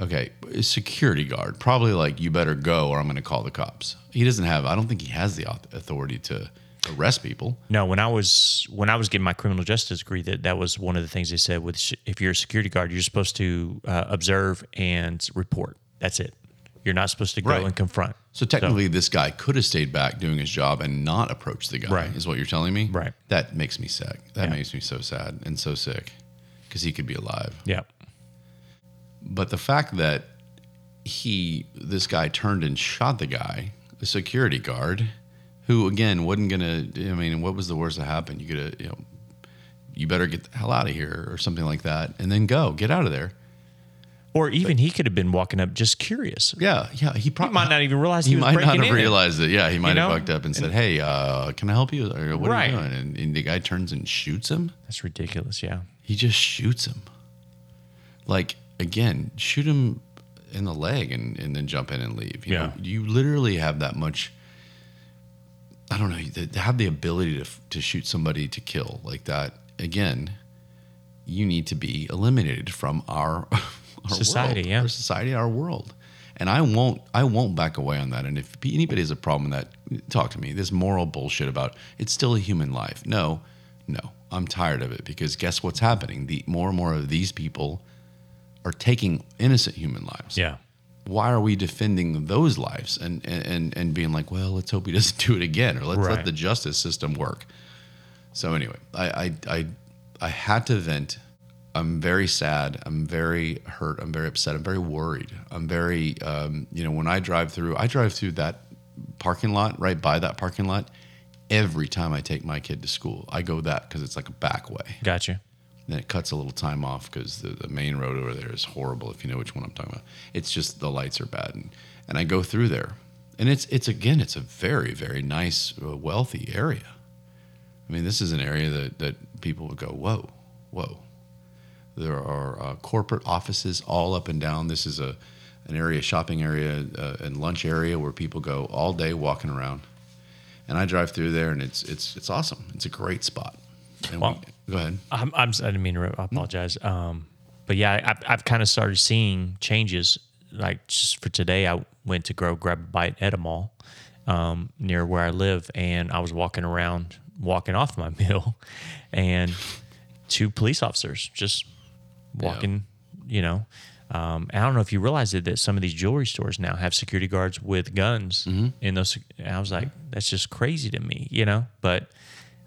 Speaker 6: Okay, a security guard probably like you better go or I'm going to call the cops. He doesn't have. I don't think he has the auth- authority to arrest people.
Speaker 5: No, when I was when I was getting my criminal justice degree, that that was one of the things they said. With sh- if you're a security guard, you're supposed to uh, observe and report. That's it. You're not supposed to go
Speaker 6: Right.
Speaker 5: and confront.
Speaker 6: So technically, this guy could have stayed back doing his job and not approached the guy.
Speaker 5: Right.
Speaker 6: Is what you're telling me?
Speaker 5: Right.
Speaker 6: That makes me sick. That
Speaker 5: Yeah.
Speaker 6: makes me so sad and so sick because he could be alive.
Speaker 5: Yeah,
Speaker 6: But the fact that he, this guy turned and shot the guy, a security guard, who again wasn't gonna. I mean, what was the worst that happened? You could, you know, you better get the hell out of here or something like that, and then go get out of there.
Speaker 5: or even he could have been walking up just curious.
Speaker 6: Yeah, yeah. He
Speaker 5: He
Speaker 6: probably
Speaker 5: might not even realize he,
Speaker 6: He
Speaker 5: was
Speaker 6: might
Speaker 5: breaking
Speaker 6: not
Speaker 5: in.
Speaker 6: have realized it. Yeah, he might
Speaker 5: know?
Speaker 6: have bucked up and said, "Hey, uh, can I help you? Or, what
Speaker 5: Right.
Speaker 6: are you doing?" And, and the guy turns and shoots him.
Speaker 5: That's ridiculous. Yeah,
Speaker 6: He just shoots him. Like again, shoot him in the leg and, and then jump in and leave. You
Speaker 5: Yeah.
Speaker 6: know, you literally have that much. I don't know. you- To have the ability to f- to shoot somebody to kill like that again, you need to be eliminated from our, [laughs] our
Speaker 5: Society,
Speaker 6: world,
Speaker 5: yeah.
Speaker 6: our society, our world. And I won't, I won't back away on that. And if anybody has a problem with that, talk to me. This moral bullshit about it's still a human life. No, no, I'm tired of it because guess what's happening? The more and more of these people are taking innocent human lives
Speaker 5: yeah,
Speaker 6: why are we defending those lives and and and, and being like, well, let's hope he [laughs] doesn't do it again, or let's
Speaker 5: Right.
Speaker 6: let the justice system work. So anyway, I I I, I had to vent. I'm very sad. I'm very hurt. I'm very upset. I'm very worried. I'm very, um, you know, when I drive through, I drive through that parking lot right by that parking lot every time I take my kid to school. I go that because it's like a back way.
Speaker 5: Gotcha.
Speaker 6: Then it cuts a little time off because the, the main road over there is horrible. If you know which one I'm talking about, it's just the lights are bad, and, and I go through there, and it's it's again it's a very very nice uh, wealthy area. I mean, this is an area that that people would go, whoa, whoa. There are uh, corporate offices all up and down. This is a an area, shopping area, uh, and lunch area where people go all day walking around. And I drive through there, and it's it's it's awesome. It's a great spot. And
Speaker 5: Well-
Speaker 6: we, go ahead.
Speaker 5: I'm, I'm, I didn't mean to. interrupt. I apologize. Um, but yeah, I, I've, I've kind of started seeing changes. Like just for today, I went to go grab a bite at a mall um, near where I live, and I was walking around, walking off my [laughs] meal, and two police officers just walking. You know, um, and I don't know if you realize it that some of these jewelry stores now have security guards with guns. In those, and I was like, that's just crazy to me. You know, but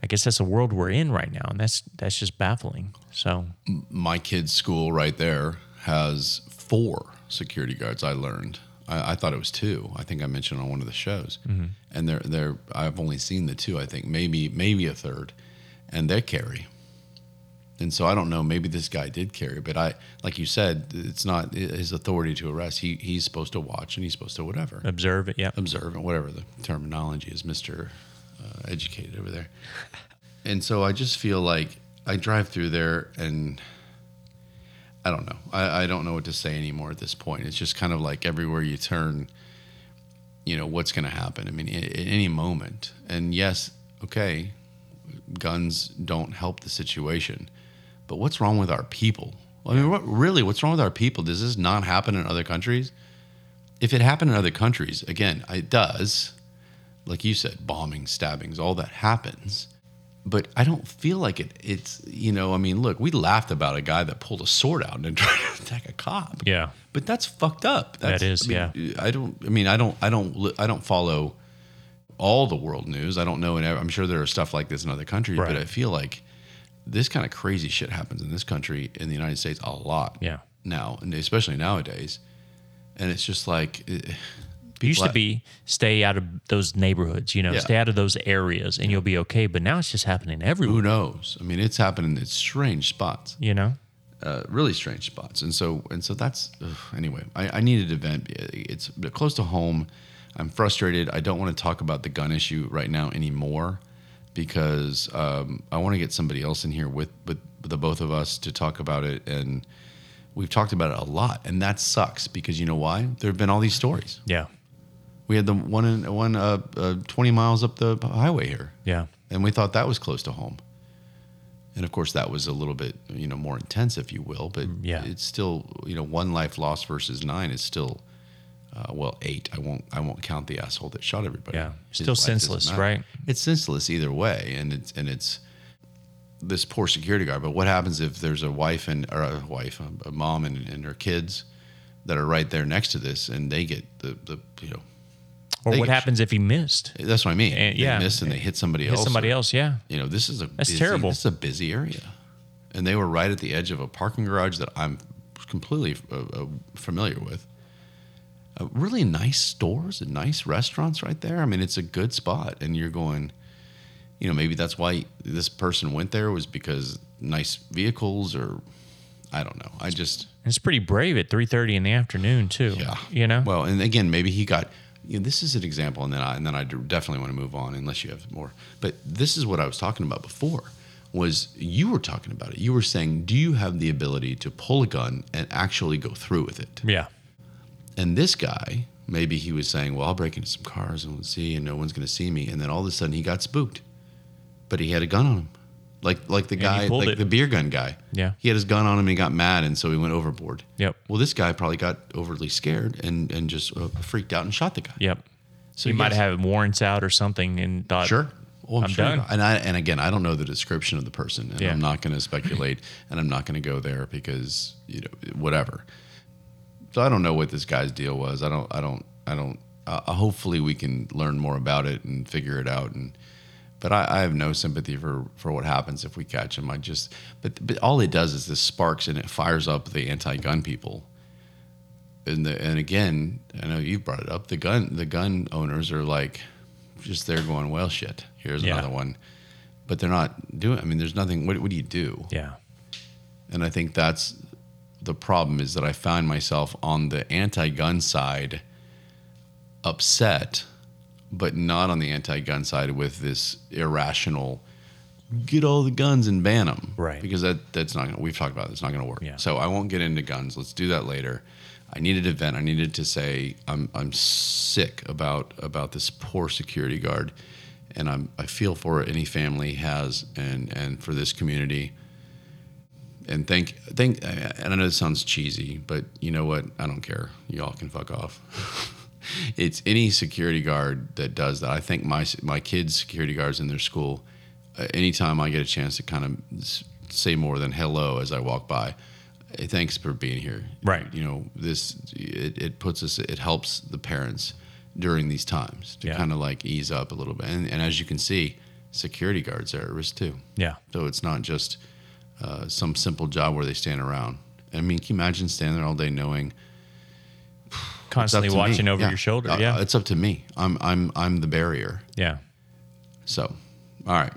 Speaker 5: I guess that's the world we're in right now, and that's that's just baffling. So
Speaker 6: my kid's school right there has four security guards. I learned. I, I thought it was two. I think I mentioned on one of the shows. And they're they're. I've only seen the two. I think maybe maybe a third, and they carry. And so I don't know. Maybe this guy did carry, but I like you said, it's not his authority to arrest. He he's supposed to watch and he's supposed to whatever
Speaker 5: observe it. Yeah.
Speaker 6: observant, whatever the terminology is, Mr. Uh, educated over there. And so I just feel like I drive through there and I don't know. I, I don't know what to say anymore at this point. It's just kind of like everywhere you turn, you know, what's going to happen. I mean, at, at any moment. And yes, okay, guns don't help the situation, but what's wrong with our people? I mean, what really? What's wrong with our people? Does this not happen in other countries? if it happened in other countries, again, it does. Like you said, bombings, stabbings, all that happens. But I don't feel like it. It's you know, I mean, look, we laughed about a guy that pulled a sword out and [laughs] tried to attack a cop.
Speaker 5: Yeah.
Speaker 6: But that's fucked up. That's,
Speaker 5: is,
Speaker 6: I mean, I don't. I mean, I don't. I don't. li- I don't follow all the world news. I don't know. And I'm sure there are stuff like this in other countries.
Speaker 5: Right.
Speaker 6: But I feel like this kind of crazy shit happens in this country in the United States a lot.
Speaker 5: Yeah.
Speaker 6: Now and especially nowadays, and it's just like eh, people
Speaker 5: used to be stay out of those neighborhoods, you know,
Speaker 6: Yeah.
Speaker 5: stay out of those areas, and you'll be okay. But now it's just happening
Speaker 6: Who
Speaker 5: everywhere.
Speaker 6: knows? I mean, it's happening in strange spots.
Speaker 5: You know.
Speaker 6: uh, really strange spots. And so and so that's ugh, anyway. I, I needed to vent. It's close to home. I'm frustrated. I don't want to talk about the gun issue right now anymore because um, I want to get somebody else in here with, with the both of us to talk about it. And we've talked about it a lot, and that sucks because you know why? There have been all these stories.
Speaker 5: Yeah.
Speaker 6: We had the one in, one uh, uh, 20 miles up the highway here
Speaker 5: Yeah.
Speaker 6: and we thought that was close to home. And of course, that was a little bit you know more intense, if you will. But
Speaker 5: Mm, yeah.
Speaker 6: it's still you know one life lost versus nine is still uh, well eight. I won't I won't count the asshole that shot everybody.
Speaker 5: Yeah.
Speaker 6: His
Speaker 5: Still
Speaker 6: life doesn't
Speaker 5: senseless,
Speaker 6: matter.
Speaker 5: right?
Speaker 6: It's senseless either way, and it's and it's this poor security guard. But what happens if there's a wife and or a wife, a, a mom and, and her kids that are right there next to this, and they get the the you know
Speaker 5: Or
Speaker 6: They
Speaker 5: what
Speaker 6: get-
Speaker 5: happens if he missed?
Speaker 6: that's what I mean.
Speaker 5: And-
Speaker 6: they
Speaker 5: yeah.
Speaker 6: missed and they hit somebody
Speaker 5: Hit
Speaker 6: else.
Speaker 5: somebody else? Yeah.
Speaker 6: you know, this is a
Speaker 5: That's
Speaker 6: busy,
Speaker 5: terrible.
Speaker 6: This is a busy area, and they were right at the edge of a parking garage that I'm completely uh, uh, familiar with. Uh, really nice stores and nice restaurants right there. I mean, it's a good spot, and you're going. You know, maybe that's why this person went there was because nice vehicles, or I don't know. I just
Speaker 5: And it's pretty brave at three thirty in the afternoon too.
Speaker 6: yeah.
Speaker 5: You know.
Speaker 6: Well, and again, maybe he got. You know, this is an example, and then I, and then I d- definitely want to move on, unless you have more. But this is what I was talking about before. Was you were talking about it? You were saying, do you have the ability to pull a gun and actually go through with it?
Speaker 5: yeah.
Speaker 6: And this guy, maybe he was saying, well, I'll break into some cars and we'll see, and no one's going to see me. And then all of a sudden, he got spooked, but he had a gun on him, like like the
Speaker 5: he
Speaker 6: guy,
Speaker 5: pulled
Speaker 6: like
Speaker 5: it.
Speaker 6: the beer gun guy.
Speaker 5: Yeah.
Speaker 6: he had his gun on him and he got mad, and so he went overboard.
Speaker 5: Yep.
Speaker 6: Well, this guy probably got overly scared and and just uh, freaked out and shot the guy.
Speaker 5: Yep. So
Speaker 6: So
Speaker 5: you might
Speaker 6: yes.
Speaker 5: have warrants out or something, and thought,
Speaker 6: Sure. Well,
Speaker 5: I'm done.
Speaker 6: not. And I and again, I don't know the description of the person, and
Speaker 5: Yeah.
Speaker 6: I'm not going to speculate, and I'm not going to go there because you know whatever. so I don't know what this guy's deal was. I don't. I don't. I don't. Uh, hopefully, we can learn more about it and figure it out. And but I, I have no sympathy for for what happens if we catch him. I just. But but all it does is this sparks and it fires up the anti-gun people. And the and again, I know you've brought it up. The gun the gun owners are like, just they're going well shit. Here's
Speaker 5: Yeah.
Speaker 6: another one. But they're not doing. I mean, there's nothing. What, what do you do?
Speaker 5: Yeah.
Speaker 6: And I think that's the problem is that I found myself on the anti gun side upset, but not on the anti gun side with this irrational get all the guns and ban them.
Speaker 5: Right.
Speaker 6: Because that, that's not going to, we've talked about it, it's not going to work.
Speaker 5: Yeah.
Speaker 6: So I won't get into guns. Let's do that later. I needed to vent. I needed to say I'm I'm sick about about this poor security guard, and I'm I feel for any family has and and for this community and thank thank and I know this sounds cheesy, but you know what? I don't care. Y'all can fuck off. [laughs] it's any security guard that does that. I think my my kids' security guards in their school. Uh, anytime I get a chance to kind of s- say more than hello as I walk by, "Hey, thanks for being here.
Speaker 5: Right.
Speaker 6: You know this. It, it puts us. It helps the parents during these times to
Speaker 5: Yeah.
Speaker 6: kind of like ease up a little bit. And, and as you can see, security guards are at risk too.
Speaker 5: Yeah.
Speaker 6: So it's not just uh, some simple job where they stand around. I mean, can you imagine standing there all day knowing it's up
Speaker 5: Constantly
Speaker 6: to me.
Speaker 5: watching over
Speaker 6: Yeah.
Speaker 5: your shoulder.
Speaker 6: Uh,
Speaker 5: yeah.
Speaker 6: it's up to me. I'm I'm I'm the barrier.
Speaker 5: yeah.
Speaker 6: So, all right,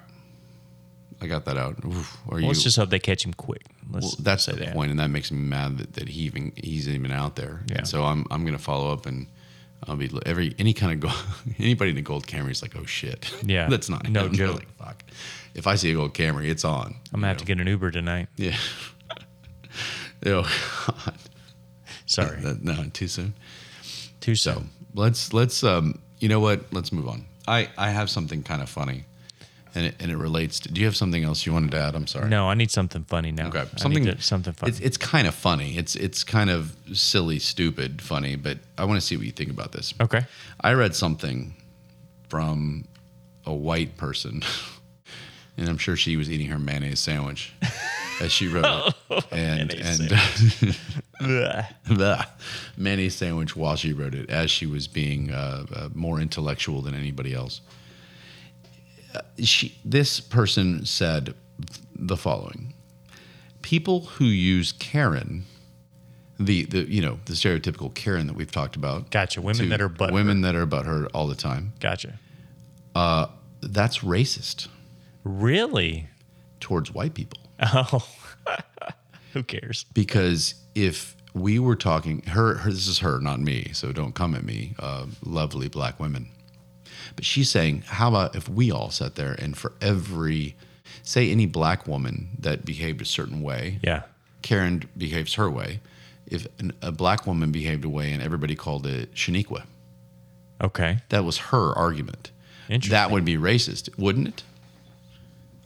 Speaker 6: I got that out. Oof, are
Speaker 5: Well,
Speaker 6: you?
Speaker 5: let's just hope they catch him quick. Let's
Speaker 6: well, that's
Speaker 5: say
Speaker 6: the
Speaker 5: that.
Speaker 6: point, and that makes me mad that, that he even he's even out there.
Speaker 5: Yeah.
Speaker 6: And so I'm I'm gonna follow up and. I'll be every any kind of gold, [laughs] anybody in a gold Camry is like, oh shit,
Speaker 5: Yeah.
Speaker 6: [laughs] that's not
Speaker 5: No
Speaker 6: him. They're
Speaker 5: joke.
Speaker 6: Like, fuck, if I see a gold Camry, it's on.
Speaker 5: I'm gonna have to get an Uber tonight.
Speaker 6: Yeah. [laughs] Ew.
Speaker 5: Sorry,
Speaker 6: That- no, too soon.
Speaker 5: too
Speaker 6: So
Speaker 5: soon.
Speaker 6: let's let's um you know what? Let's move on. I I have something kind of funny, and it, and it relates to. Do you have something else you wanted to add? I'm sorry.
Speaker 5: No, I need something funny now.
Speaker 6: Okay.
Speaker 5: Something something funny.
Speaker 6: It's, it's kind of funny. It's it's kind of silly, stupid, funny. But I want to see what you think about this.
Speaker 5: okay.
Speaker 6: I read something from a white person, [laughs] and I'm sure she was eating her
Speaker 5: [laughs]
Speaker 6: mayonnaise sandwich as she wrote it. And
Speaker 5: Oh, Mayonnaise
Speaker 6: and the mayonnaise sandwich while she wrote it, as she was being uh, uh, more intellectual than anybody else. Uh, She, this person said the following: People who use Karen, the the you know the stereotypical Karen that we've talked about,
Speaker 5: Gotcha. Women
Speaker 6: to
Speaker 5: that are butt.
Speaker 6: women that are butthurt all the time.
Speaker 5: Gotcha.
Speaker 6: That's racist
Speaker 5: Really? [laughs]
Speaker 6: towards white people
Speaker 5: Oh. [laughs] Who cares?
Speaker 6: because if we were talking, her, her this is her, not me, so don't come at me, uh, lovely black women. But she's saying, how about if we all sat there and for every, say, any black woman that behaved a certain way,
Speaker 5: Yeah.
Speaker 6: Karen behaves her way. If an, a black woman behaved a way and everybody called it Shaniqua,
Speaker 5: Okay.
Speaker 6: That was her argument.
Speaker 5: Interesting.
Speaker 6: That would be racist, wouldn't it?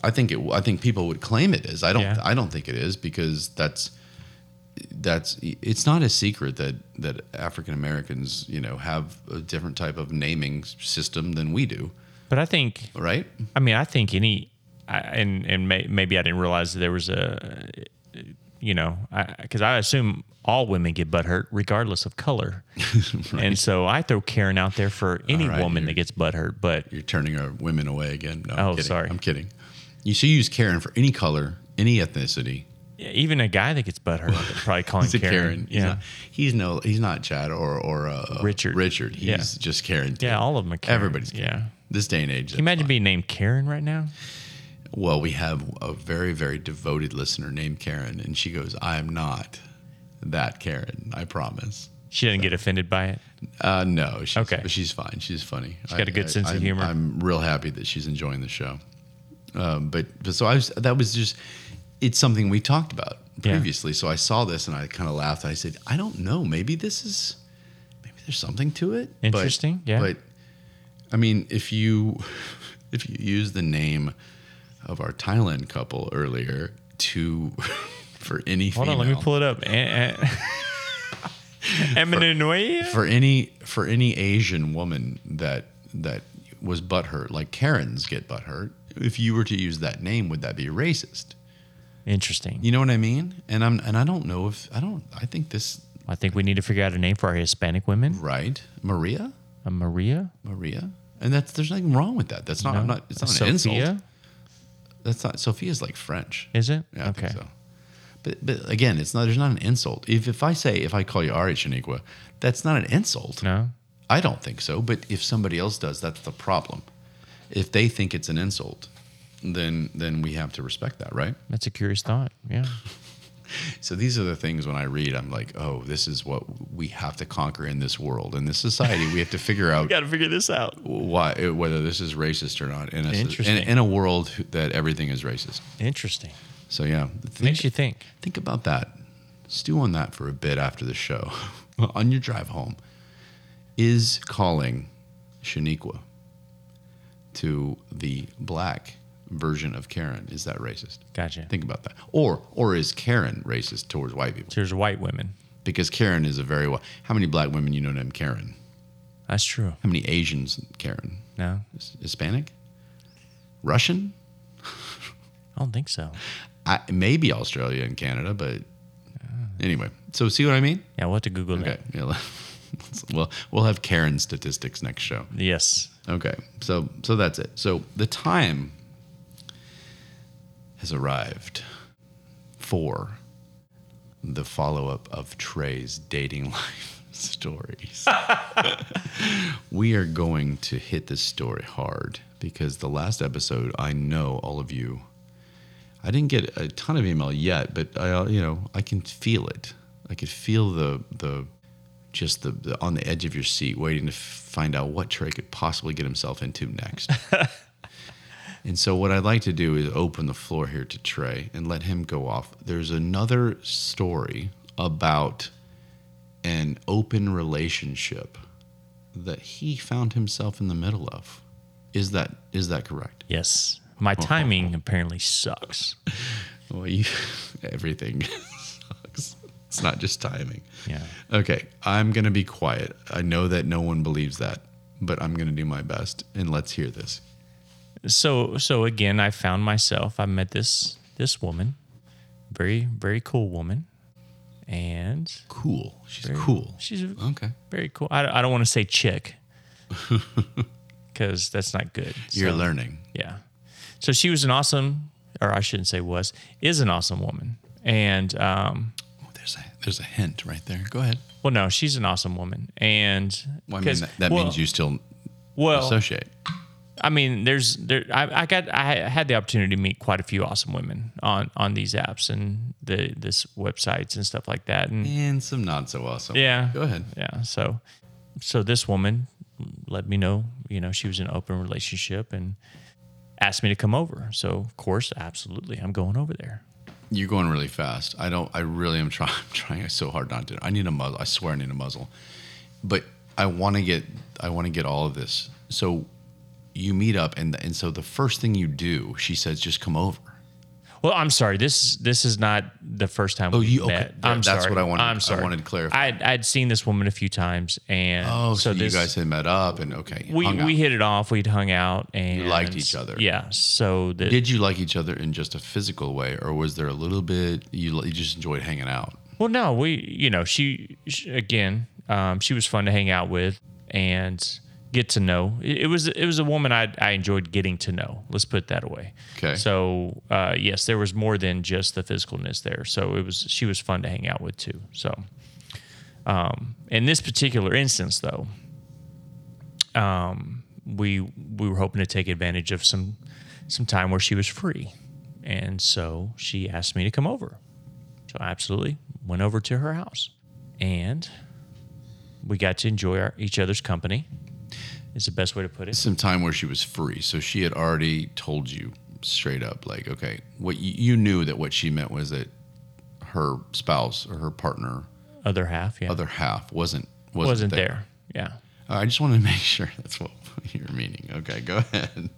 Speaker 6: I think it. I think people would claim it is. I don't.
Speaker 5: Yeah.
Speaker 6: I don't think it is because that's that's. It's not a secret that that African Americans, you know, have a different type of naming system than we do,
Speaker 5: But I think
Speaker 6: right?
Speaker 5: I mean, I think any, I, and and may, maybe I didn't realize that there was a, you know, because I, assume all women get butt hurt regardless of
Speaker 6: [laughs]
Speaker 5: color, and so I throw Karen out there for any
Speaker 6: right,
Speaker 5: woman that
Speaker 6: you're-
Speaker 5: gets butt hurt. But
Speaker 6: You're turning our women away again. No, I'm
Speaker 5: Oh,
Speaker 6: kidding.
Speaker 5: sorry.
Speaker 6: I'm kidding. You should use Karen for any color, any ethnicity.
Speaker 5: even a guy that gets butt hurt,
Speaker 6: [laughs]
Speaker 5: they're probably calling
Speaker 6: He's a
Speaker 5: Karen.
Speaker 6: Karen. He's,
Speaker 5: Yeah,
Speaker 6: not, he's no. He's not Chad or or uh,
Speaker 5: Richard.
Speaker 6: Richard. He's
Speaker 5: Yeah.
Speaker 6: just Karen. too.
Speaker 5: yeah, all of them are Karen.
Speaker 6: Everybody's Karen.
Speaker 5: Yeah.
Speaker 6: This day and age.
Speaker 5: Can you imagine being named Karen right now?
Speaker 6: Well, we have a very, very devoted listener named Karen, and she goes, I am not that Karen, I promise.
Speaker 5: She didn't get offended by it.
Speaker 6: Uh, no, she's,
Speaker 5: Okay.
Speaker 6: she's fine. She's funny. She's
Speaker 5: got a good sense of humor.
Speaker 6: I'm real happy that she's enjoying the show. Um, but, but so I was, that was just, it's something we talked about
Speaker 5: Yeah.
Speaker 6: previously. So I saw this and I kind of laughed. I said, I don't know. Maybe this is, maybe there's something to it. But-
Speaker 5: Interesting, yeah.
Speaker 6: But I mean, if you, [laughs] if you use the name of our Thailand couple earlier to, [laughs] for any
Speaker 5: Hold on, let me
Speaker 6: female-
Speaker 5: pull it
Speaker 6: [laughs]
Speaker 5: up. Eh, eh. Emmanuel.
Speaker 6: for any for any Asian woman that that was butthurt, like Karens get butthurt. If you were to use that name, would that be racist?
Speaker 5: Interesting.
Speaker 6: You know what I mean? And I'm and I don't know if I don't. I think this
Speaker 5: I think we need to figure out a name for our Hispanic women.
Speaker 6: Right, Maria,
Speaker 5: A Maria.
Speaker 6: Maria, and that's there's nothing wrong with that. That's not. I'm not. It's not an insult.
Speaker 5: Sophia?
Speaker 6: That's not. Sophia's like French.
Speaker 5: Is it?
Speaker 6: Yeah, I think so. But but again, it's not. There's not an insult. If if I say if I call you Ari Shaniqua, that's not an insult.
Speaker 5: No.
Speaker 6: I don't think so. But if somebody else does, that's the problem. If they think it's an insult, then then we have to respect that, right?
Speaker 5: That's a curious thought. Yeah.
Speaker 6: So these are the things when I read, I'm like, oh, this is what we have to conquer in this world, in this society. [laughs] We have to figure
Speaker 5: [laughs]
Speaker 6: out
Speaker 5: to figure this out.
Speaker 6: why whether this is racist or not in a, in,
Speaker 5: Interesting.
Speaker 6: in a world that everything is racist.
Speaker 5: Interesting.
Speaker 6: So yeah, think,
Speaker 5: Makes you think.
Speaker 6: think about that. Stew on that for a bit after the show, [laughs] on your drive home. Is calling Shaniqua to the black version of Karen is that racist?
Speaker 5: Gotcha.
Speaker 6: Think about that. Or or is Karen racist towards white people?
Speaker 5: There's white women.
Speaker 6: because Karen is a very well. How many black women you know named Karen?
Speaker 5: That's true.
Speaker 6: How many Asians Karen?
Speaker 5: No,
Speaker 6: His- Hispanic, Russian,
Speaker 5: I don't think so.
Speaker 6: I, maybe Australia and Canada, but anyway. So see what I mean?
Speaker 5: Yeah, we'll have to Google
Speaker 6: Okay.
Speaker 5: that.
Speaker 6: Yeah. [laughs] let's- Well, we'll have Karen statistics next show.
Speaker 5: Yes.
Speaker 6: Okay. So so that's it. So the time has arrived for the follow-up of Trey's dating [laughs] life stories. [laughs] we are going to hit this story hard because the last episode I know all of you I didn't get a ton of email yet, but I uh, you know, I can feel it. I could feel the the just the, the on the edge of your seat waiting to find out what Trey could possibly get himself into [laughs] next. and so what I'd like to do is open the floor here to Trey and let him go off. There's another story about an open relationship that he found himself in the middle of. Is that is that correct?
Speaker 5: Yes.
Speaker 6: [laughs]
Speaker 5: My timing apparently sucks.
Speaker 6: Well, you, [laughs] everything [laughs] sucks. It's not just timing.
Speaker 5: Yeah.
Speaker 6: Okay, I'm going to be quiet. I know that no one believes that, but I'm going to do my best and let's hear this.
Speaker 5: So so again, I found myself. I met this this woman, very very cool woman, and
Speaker 6: Cool. She's cool.
Speaker 5: she's a
Speaker 6: okay.
Speaker 5: very cool. I, I don't want to say
Speaker 6: [laughs]
Speaker 5: chick because that's not good.
Speaker 6: You're
Speaker 5: So-
Speaker 6: learning.
Speaker 5: Yeah. So she was an awesome, or I shouldn't say was, is an awesome woman. And um,
Speaker 6: Oh, there's a there's a hint right there. Go ahead.
Speaker 5: well, no, she's an awesome woman. And
Speaker 6: Well, I mean,
Speaker 5: 'cause-
Speaker 6: that, that
Speaker 5: well-
Speaker 6: means you still
Speaker 5: well,
Speaker 6: associate.
Speaker 5: I mean, there's there. I, I got I had the opportunity to meet quite a few awesome women on on these apps and the this websites and stuff like that. And
Speaker 6: And some not so awesome.
Speaker 5: Yeah.
Speaker 6: Mm. Go ahead.
Speaker 5: yeah so so this woman let me know you know she was in an open relationship and asked me to come over so of course absolutely i'm going over there
Speaker 6: You're going really fast. I don't. I really am [laughs] trying. Trying so hard not to. I need a muzzle. I swear I need a muzzle. But I want to get. I want to get all of this. So you meet up, and and so the first thing you do, she says, just come over.
Speaker 5: well i'm sorry this this is not the first time oh
Speaker 6: you- okay.
Speaker 5: met.
Speaker 6: Yeah,
Speaker 5: i'm
Speaker 6: that's
Speaker 5: sorry.
Speaker 6: what I wanted- I
Speaker 5: i'm sorry
Speaker 6: wanted to clarify.
Speaker 5: i'd, I'd seen this woman a few times and
Speaker 6: Oh, so,
Speaker 5: this,
Speaker 6: you guys had met up, and okay,
Speaker 5: we,
Speaker 6: hung out.
Speaker 5: we hit it off we'd hung out and
Speaker 6: liked each other.
Speaker 5: yeah so the,
Speaker 6: Did you like each other in just a physical way, or was there a little bit you, you just enjoyed hanging out?
Speaker 5: Well, no, we, you know, she, she again, um, she was fun to hang out with and get to know. It, it was it was a woman I I enjoyed getting to know. Let's put it that way.
Speaker 6: Okay.
Speaker 5: So uh, yes, there was more than just the physicalness there. So it was she was fun to hang out with too. So, um, in this particular instance, though, um, we we were hoping to take advantage of some some time where she was free, and so she asked me to come over. So I absolutely went over to her house and we got to enjoy our, each other's company is the best way to put it.
Speaker 6: Some time where she was free, so she had already told you straight up, like, okay, what you, you knew that what she meant was that her spouse or her partner
Speaker 5: Other half, yeah.
Speaker 6: other half wasn't wasn't,
Speaker 5: wasn't
Speaker 6: there.
Speaker 5: there. Yeah.
Speaker 6: I just wanted to [laughs] make sure that's what you're meaning. Okay,
Speaker 5: [laughs]
Speaker 6: go ahead.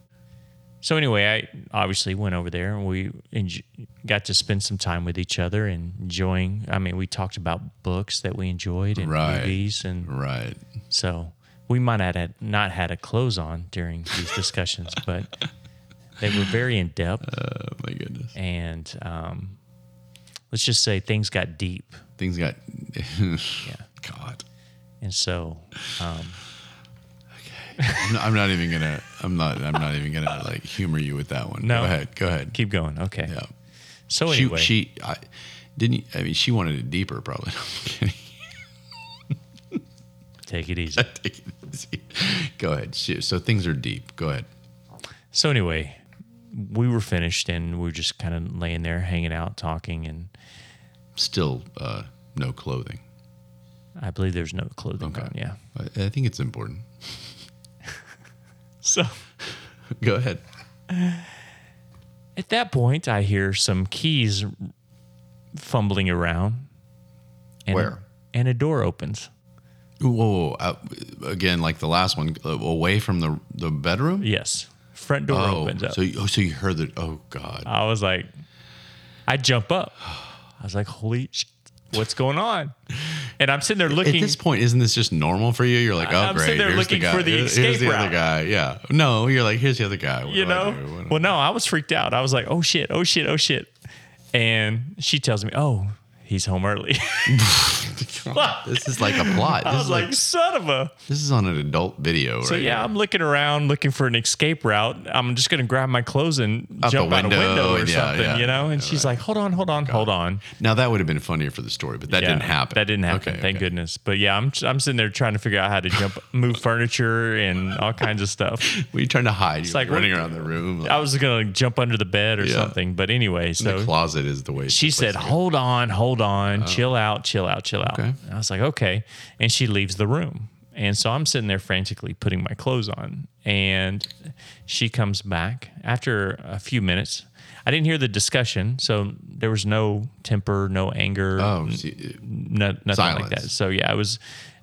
Speaker 5: So anyway, I obviously went over there and we enj- got to spend some time with each other and enjoying. I mean, we talked about books that we enjoyed and
Speaker 6: Right.
Speaker 5: movies, and
Speaker 6: Right.
Speaker 5: so we might not had not had a clothes on during these discussions, [laughs] but they were very in depth.
Speaker 6: Oh my goodness.
Speaker 5: and um, let's just say things got deep
Speaker 6: Things got. [laughs] God.
Speaker 5: And so, um,
Speaker 6: I'm not, I'm not even gonna. I'm not. I'm not even gonna like humor you with that one.
Speaker 5: No.
Speaker 6: Go ahead. Go ahead.
Speaker 5: keep going. Okay.
Speaker 6: yeah.
Speaker 5: So anyway,
Speaker 6: She. She. I, didn't. I mean, she wanted it deeper. Probably. [laughs] I'm kidding.
Speaker 5: take it easy.
Speaker 6: Take it easy. Go ahead. She, so things are deep. Go ahead.
Speaker 5: So anyway, we were finished and we were just kind of laying there, hanging out, talking, and
Speaker 6: Still, uh, no clothing.
Speaker 5: I believe there's no clothing
Speaker 6: Okay.
Speaker 5: on. Yeah.
Speaker 6: I, I think it's important. [laughs]
Speaker 5: So
Speaker 6: Go ahead.
Speaker 5: at that point, I hear some keys fumbling around. And
Speaker 6: Where?
Speaker 5: and a door opens.
Speaker 6: Whoa, whoa, whoa. Uh, again, like the last one, uh, away from the the bedroom.
Speaker 5: Yes. Front door
Speaker 6: oh,
Speaker 5: opens up.
Speaker 6: so you, oh, so you heard that? Oh God,
Speaker 5: I was like, I jump up. I was like, holy shit, what's going on? And I'm sitting there looking.
Speaker 6: At this point, isn't this just normal for you? You're like, oh,
Speaker 5: I'm
Speaker 6: great.
Speaker 5: sitting there
Speaker 6: here's
Speaker 5: looking
Speaker 6: the guy.
Speaker 5: for the
Speaker 6: here's,
Speaker 5: escape
Speaker 6: here's the
Speaker 5: route.
Speaker 6: other guy. Yeah. No, you're like, here's the other guy. What
Speaker 5: you
Speaker 6: do I
Speaker 5: know?
Speaker 6: do? What do I-
Speaker 5: Well, no, I was freaked out. I was like, oh shit, oh shit, oh shit. And she tells me, oh, he's home early. [laughs] Fuck.
Speaker 6: This is like a
Speaker 5: [laughs]
Speaker 6: plot.
Speaker 5: I
Speaker 6: This
Speaker 5: was
Speaker 6: is like,
Speaker 5: like, son of a.
Speaker 6: this is on an adult video. Right
Speaker 5: So yeah, I'm looking around, looking for an escape route. I'm just gonna grab my clothes and
Speaker 6: Out the
Speaker 5: jump out a
Speaker 6: window,
Speaker 5: window or
Speaker 6: and yeah,
Speaker 5: something,
Speaker 6: yeah,
Speaker 5: you know. And she's like, "Hold on, hold on, hold on."
Speaker 6: Now that would have been funnier for the story, but that
Speaker 5: Yeah,
Speaker 6: didn't happen.
Speaker 5: That didn't happen.
Speaker 6: Okay,
Speaker 5: thank
Speaker 6: okay.
Speaker 5: goodness. But yeah, I'm I'm sitting there trying to figure out how to jump, move furniture, and all kinds of stuff.
Speaker 6: Well, you're trying to hide. You're
Speaker 5: like,
Speaker 6: running
Speaker 5: what-
Speaker 6: around the room. Like,
Speaker 5: I was gonna jump under the bed or
Speaker 6: Yeah.
Speaker 5: something. But anyway,
Speaker 6: the
Speaker 5: so
Speaker 6: closet is the way. it's
Speaker 5: she
Speaker 6: the place
Speaker 5: said,
Speaker 6: to go.
Speaker 5: "Hold on, hold on, chill out, chill out, chill out."
Speaker 6: Okay.
Speaker 5: And I was like, "Okay," and she leaves the room, and so I'm sitting there frantically putting my clothes on, and she comes back after a few minutes. I didn't hear the discussion, so there was no temper, no anger,
Speaker 6: Oh, see,
Speaker 5: no, nothing like that.
Speaker 6: silence.
Speaker 5: So yeah, it was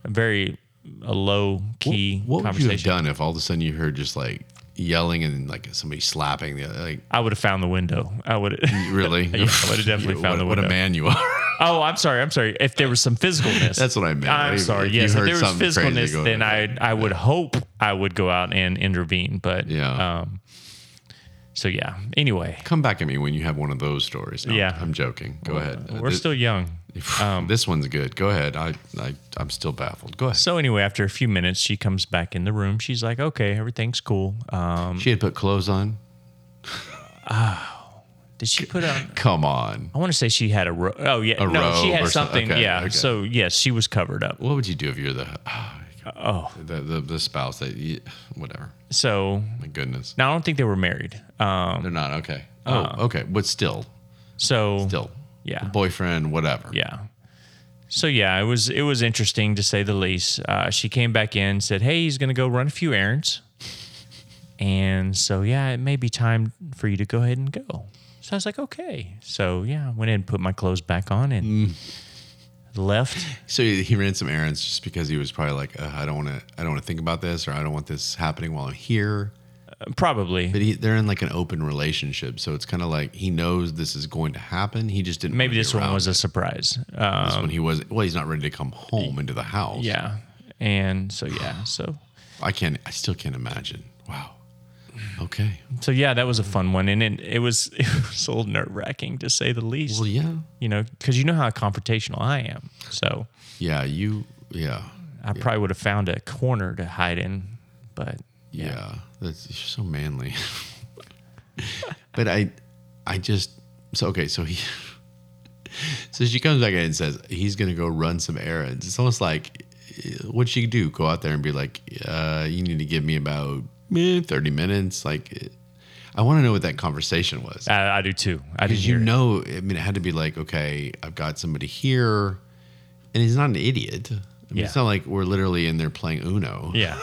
Speaker 5: a very a low key
Speaker 6: what would you
Speaker 5: conversation.
Speaker 6: have done if all of a sudden you heard just like yelling and like somebody slapping the other? Like,
Speaker 5: I would have found the window. I would.
Speaker 6: really?
Speaker 5: Yeah, I would've definitely
Speaker 6: [laughs] You-
Speaker 5: found
Speaker 6: what,
Speaker 5: the
Speaker 6: What a
Speaker 5: window.
Speaker 6: man you are.
Speaker 5: [laughs]
Speaker 6: [laughs]
Speaker 5: Oh, I'm sorry. I'm sorry. If there was some physicalness,
Speaker 6: That's what I meant.
Speaker 5: I'm
Speaker 6: If-
Speaker 5: sorry.
Speaker 6: if you
Speaker 5: yes, if
Speaker 6: heard
Speaker 5: there was
Speaker 6: something crazy
Speaker 5: physicalness,
Speaker 6: going
Speaker 5: then
Speaker 6: on.
Speaker 5: I I would hope I would go out and intervene. But
Speaker 6: Yeah.
Speaker 5: Um, so yeah. Anyway,
Speaker 6: Come back at me when you have one of those stories. No,
Speaker 5: Yeah.
Speaker 6: I'm joking. Go ahead. Uh,
Speaker 5: we're
Speaker 6: thi- [laughs]
Speaker 5: still um, young.
Speaker 6: this one's good. Go ahead. I, I I'm still baffled. Go ahead.
Speaker 5: So anyway, after a few minutes, she comes back in the room. She's like, "Okay, everything's cool." Um,
Speaker 6: She had put clothes on.
Speaker 5: did she put on?
Speaker 6: Come on.
Speaker 5: I want to say she had a ro- oh yeah
Speaker 6: A
Speaker 5: no she
Speaker 6: robe
Speaker 5: had
Speaker 6: or some-
Speaker 5: something
Speaker 6: okay,
Speaker 5: yeah
Speaker 6: okay.
Speaker 5: so yes she was covered up
Speaker 6: What would you do if you're the [sighs] oh the the, the spouse that you, whatever?
Speaker 5: so
Speaker 6: My goodness.
Speaker 5: now I don't think they were married um
Speaker 6: They're not okay. Oh, okay. But still,
Speaker 5: so
Speaker 6: still,
Speaker 5: Uh-uh. yeah
Speaker 6: boyfriend, whatever.
Speaker 5: yeah so yeah it was it was interesting to say the least uh, she came back in said hey he's gonna go run a few errands and so yeah it may be time for you to go ahead and go so i was like okay so yeah I went in and put my clothes back on and
Speaker 6: Mm.
Speaker 5: left
Speaker 6: So he he ran some errands just because he was probably like, uh, I don't want to, I don't want to think about this, or I don't want this happening while I'm here.
Speaker 5: probably
Speaker 6: But he, they're in like an open relationship, so it's kind of like he knows this is going to happen. He just didn't.
Speaker 5: maybe
Speaker 6: wanna be
Speaker 5: this one
Speaker 6: around
Speaker 5: was
Speaker 6: it.
Speaker 5: a surprise uh,
Speaker 6: This one he was. Well, he's not ready to come home into the house.
Speaker 5: yeah and so yeah so
Speaker 6: I can't. I still can't imagine. Wow. Okay.
Speaker 5: so yeah that was a fun one and it, it was [laughs] it was a little nerve wracking to say the least
Speaker 6: Well, yeah.
Speaker 5: you know, because you know how confrontational I am. So
Speaker 6: Yeah. You. Yeah.
Speaker 5: I probably would have found a corner to hide in, but
Speaker 6: Yeah. That's you're so manly. [laughs] but I, I just. So okay. So he. [laughs] So she comes back in and says he's gonna go run some errands. It's almost like, eh, what'd she do? Go out there and be like, uh, you need to give me about eh, thirty minutes. Like, eh, I want to know what that conversation was.
Speaker 5: I, I do too. I didn't
Speaker 6: Because you
Speaker 5: hear. it.
Speaker 6: know, I mean, it had to be like, okay, I've got somebody here, and he's not an idiot. I mean, It's
Speaker 5: Yeah.
Speaker 6: not like we're literally in there playing Uno, [laughs]
Speaker 5: Yeah,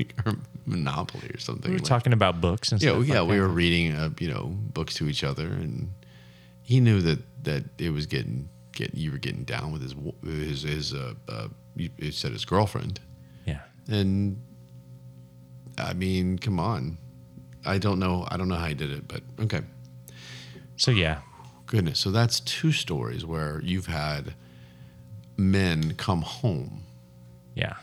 Speaker 6: like, or Monopoly or something.
Speaker 5: we were
Speaker 6: Like,
Speaker 5: talking about books and
Speaker 6: yeah,
Speaker 5: stuff.
Speaker 6: yeah,
Speaker 5: like
Speaker 6: we
Speaker 5: that.
Speaker 6: were reading, uh, you know, books to each other, and he knew that that it was getting get you were getting down with his wo- his his uh, uh you, you said his girlfriend,
Speaker 5: Yeah,
Speaker 6: and I mean, come on, I don't know, I don't know how he did it, but okay.
Speaker 5: so yeah,
Speaker 6: Goodness. So that's two stories where you've had men come home.
Speaker 5: yeah,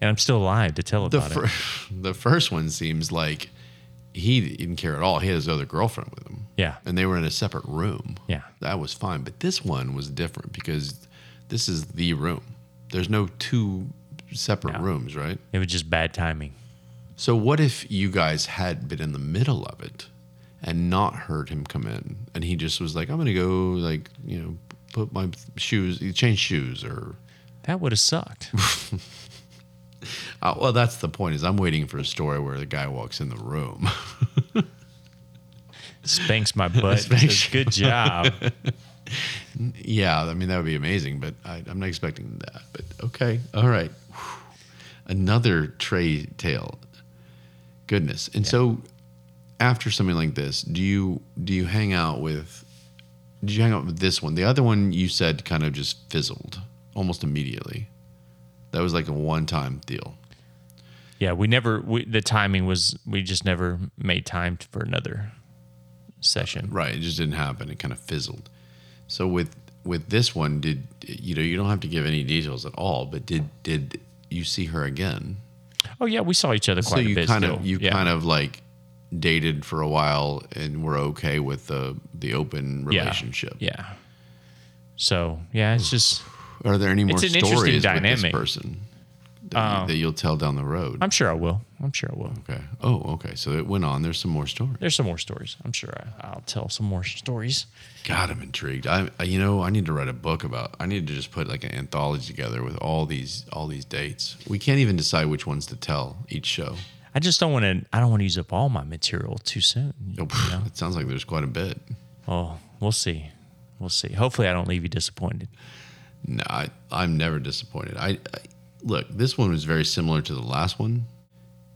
Speaker 5: and I'm still alive to tell
Speaker 6: [laughs] The
Speaker 5: about it.
Speaker 6: fir- the first one seems like he didn't care at all. He had his other girlfriend with him.
Speaker 5: Yeah.
Speaker 6: and they were in a separate room.
Speaker 5: Yeah.
Speaker 6: That was fine. But this one was different because this is the room. There's no two separate
Speaker 5: Yeah.
Speaker 6: rooms, right?
Speaker 5: It was just bad timing.
Speaker 6: So what if you guys had been in the middle of it and not heard him come in and he just was like, I'm gonna go like, you know, put my shoes change shoes or
Speaker 5: That would have
Speaker 6: [laughs]
Speaker 5: sucked.
Speaker 6: Uh, well, that's the point. Is I'm waiting for a story where the guy walks in the room.
Speaker 5: Spanks
Speaker 6: [laughs]
Speaker 5: my butt.
Speaker 6: Spanks
Speaker 5: and says, Good
Speaker 6: [laughs]
Speaker 5: job.
Speaker 6: yeah, I mean that would be amazing, but I, I'm not expecting that. But okay, all right. Whew. Another tray tale. Goodness. And so, after something like this, do you do you hang out with? Did you hang out with this one? The other one you said kind of just fizzled almost immediately. That was like a one-time deal.
Speaker 5: Yeah, we never. We, the timing was. We just never made time t- for another session.
Speaker 6: Right. It just didn't happen. It kind of fizzled. So with with this one, did you know you don't have to give any details at all, but did did you see her again?
Speaker 5: Oh yeah, we saw each other quite
Speaker 6: so
Speaker 5: a
Speaker 6: you
Speaker 5: bit.
Speaker 6: kind
Speaker 5: still.
Speaker 6: of you
Speaker 5: yeah.
Speaker 6: kind of like dated for a while and were okay with the the open relationship.
Speaker 5: Yeah. So yeah, it's just.
Speaker 6: Are there any more
Speaker 5: It's an
Speaker 6: stories
Speaker 5: interesting
Speaker 6: with this
Speaker 5: dynamic. Um,
Speaker 6: person that, you- that you'll tell down the road?
Speaker 5: I'm sure I will. I'm sure I will.
Speaker 6: okay. Oh, okay. So it went on. There's some more stories.
Speaker 5: There's some more stories. I'm sure I, I'll tell some more stories.
Speaker 6: God, I'm intrigued. I, I- you know, I need to write a book about. I need to just put like an anthology together with all these all these dates. We can't even decide which ones to tell each show.
Speaker 5: I just don't want to. I don't want to use up all my material too soon. you
Speaker 6: Nope.
Speaker 5: know?
Speaker 6: [sighs] It sounds like there's quite a bit.
Speaker 5: Oh, we'll see. We'll see. Hopefully, I don't leave you disappointed.
Speaker 6: No, I, I'm never disappointed. I, I look, this one was very similar to the last one,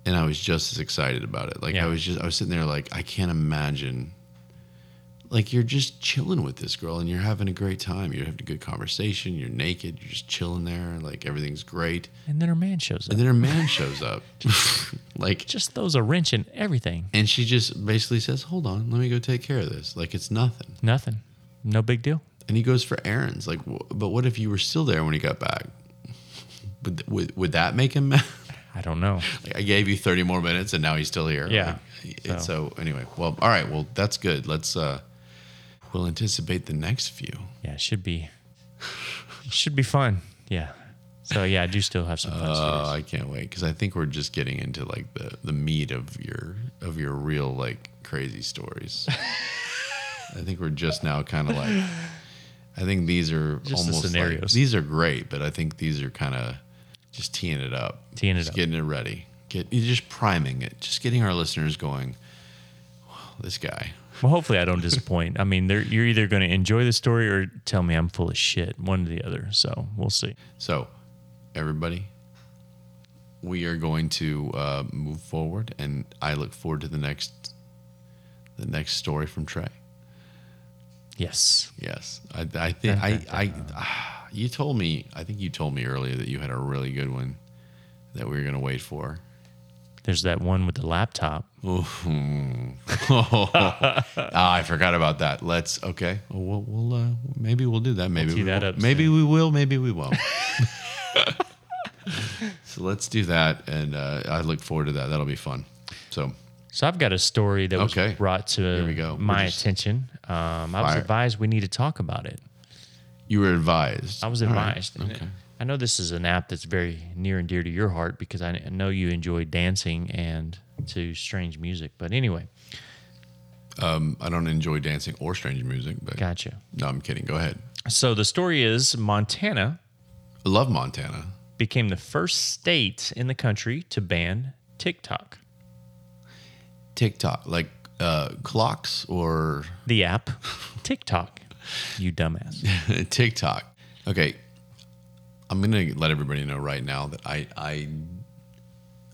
Speaker 6: and I was just as excited about it. Like I
Speaker 5: Yeah.
Speaker 6: was just, I was sitting there like, I can't imagine. Like you're just chilling with this girl, and you're having a great time. You're having a good conversation. You're naked. You're just chilling there. Like everything's great.
Speaker 5: And then her man shows up.
Speaker 6: And then her man shows up, [laughs] like,
Speaker 5: Just throws a wrench in everything.
Speaker 6: and she just basically says, "Hold on, let me go take care of this." Like it's nothing.
Speaker 5: Nothing. No big deal.
Speaker 6: and he goes for errands. Like, wh- but what if you were still there when he got back? Would would, would that make him mad? [laughs]
Speaker 5: I don't know.
Speaker 6: like, I gave you thirty more minutes, and now he's still here.
Speaker 5: Yeah,
Speaker 6: Like, and so. anyway, well, all right. Well, that's good. Let's uh, we'll anticipate the next few.
Speaker 5: Yeah, it should be. It should be fun. Yeah. So yeah, I do still have some fun
Speaker 6: Uh,
Speaker 5: stories.
Speaker 6: I can't wait because I think we're just getting into like the the meat of your of your real like
Speaker 5: [laughs]
Speaker 6: crazy stories. I think we're just now kind of like. I think these are
Speaker 5: Just the
Speaker 6: almost like-
Speaker 5: scenarios.
Speaker 6: these are great, but I think these are kind of just teeing it up,
Speaker 5: Teeing it
Speaker 6: just
Speaker 5: up.
Speaker 6: getting it ready, get you're just priming it, just getting our listeners going. Wow, this guy,
Speaker 5: Well, hopefully I don't disappoint. I mean, they're, you're either going to enjoy the story or tell me I'm full of shit. One or the other. So we'll see.
Speaker 6: So, everybody, we are going to uh, move forward, and I look forward to the next, the next story from Trey.
Speaker 5: Yes.
Speaker 6: Yes, I, I think I, I, [sighs] you told me. I think you told me earlier that you had a really good one that we were going to wait for.
Speaker 5: There's that one with the laptop.
Speaker 6: [laughs] oh, Ah, I forgot about that. Let's okay. Well, we'll, we'll uh, maybe we'll do that. Maybe
Speaker 5: tee
Speaker 6: we
Speaker 5: that
Speaker 6: won't.
Speaker 5: up
Speaker 6: Maybe we will. Maybe
Speaker 5: [laughs]
Speaker 6: we won't. so let's do that, and uh, I look forward to that. That'll be fun. So
Speaker 5: So I've got a story that was
Speaker 6: Okay.
Speaker 5: brought to
Speaker 6: Here we go.
Speaker 5: my
Speaker 6: We're just-
Speaker 5: attention. Um, I was
Speaker 6: Fire.
Speaker 5: advised we need to talk about it.
Speaker 6: you were advised.
Speaker 5: I was
Speaker 6: All right.
Speaker 5: advised. And I know this is an app that's very near and dear to your heart because I I know you enjoy dancing and to strange music. But anyway,
Speaker 6: I don't enjoy dancing or strange music, but
Speaker 5: gotcha.
Speaker 6: no, I'm kidding. Go ahead.
Speaker 5: So the story is Montana
Speaker 6: I love Montana.
Speaker 5: became the first state in the country to ban TikTok,
Speaker 6: TikTok, like uh, clocks or
Speaker 5: the
Speaker 6: [laughs]
Speaker 5: app TikTok. You dumbass.
Speaker 6: TikTok. Okay. I'm gonna let everybody know right now that I I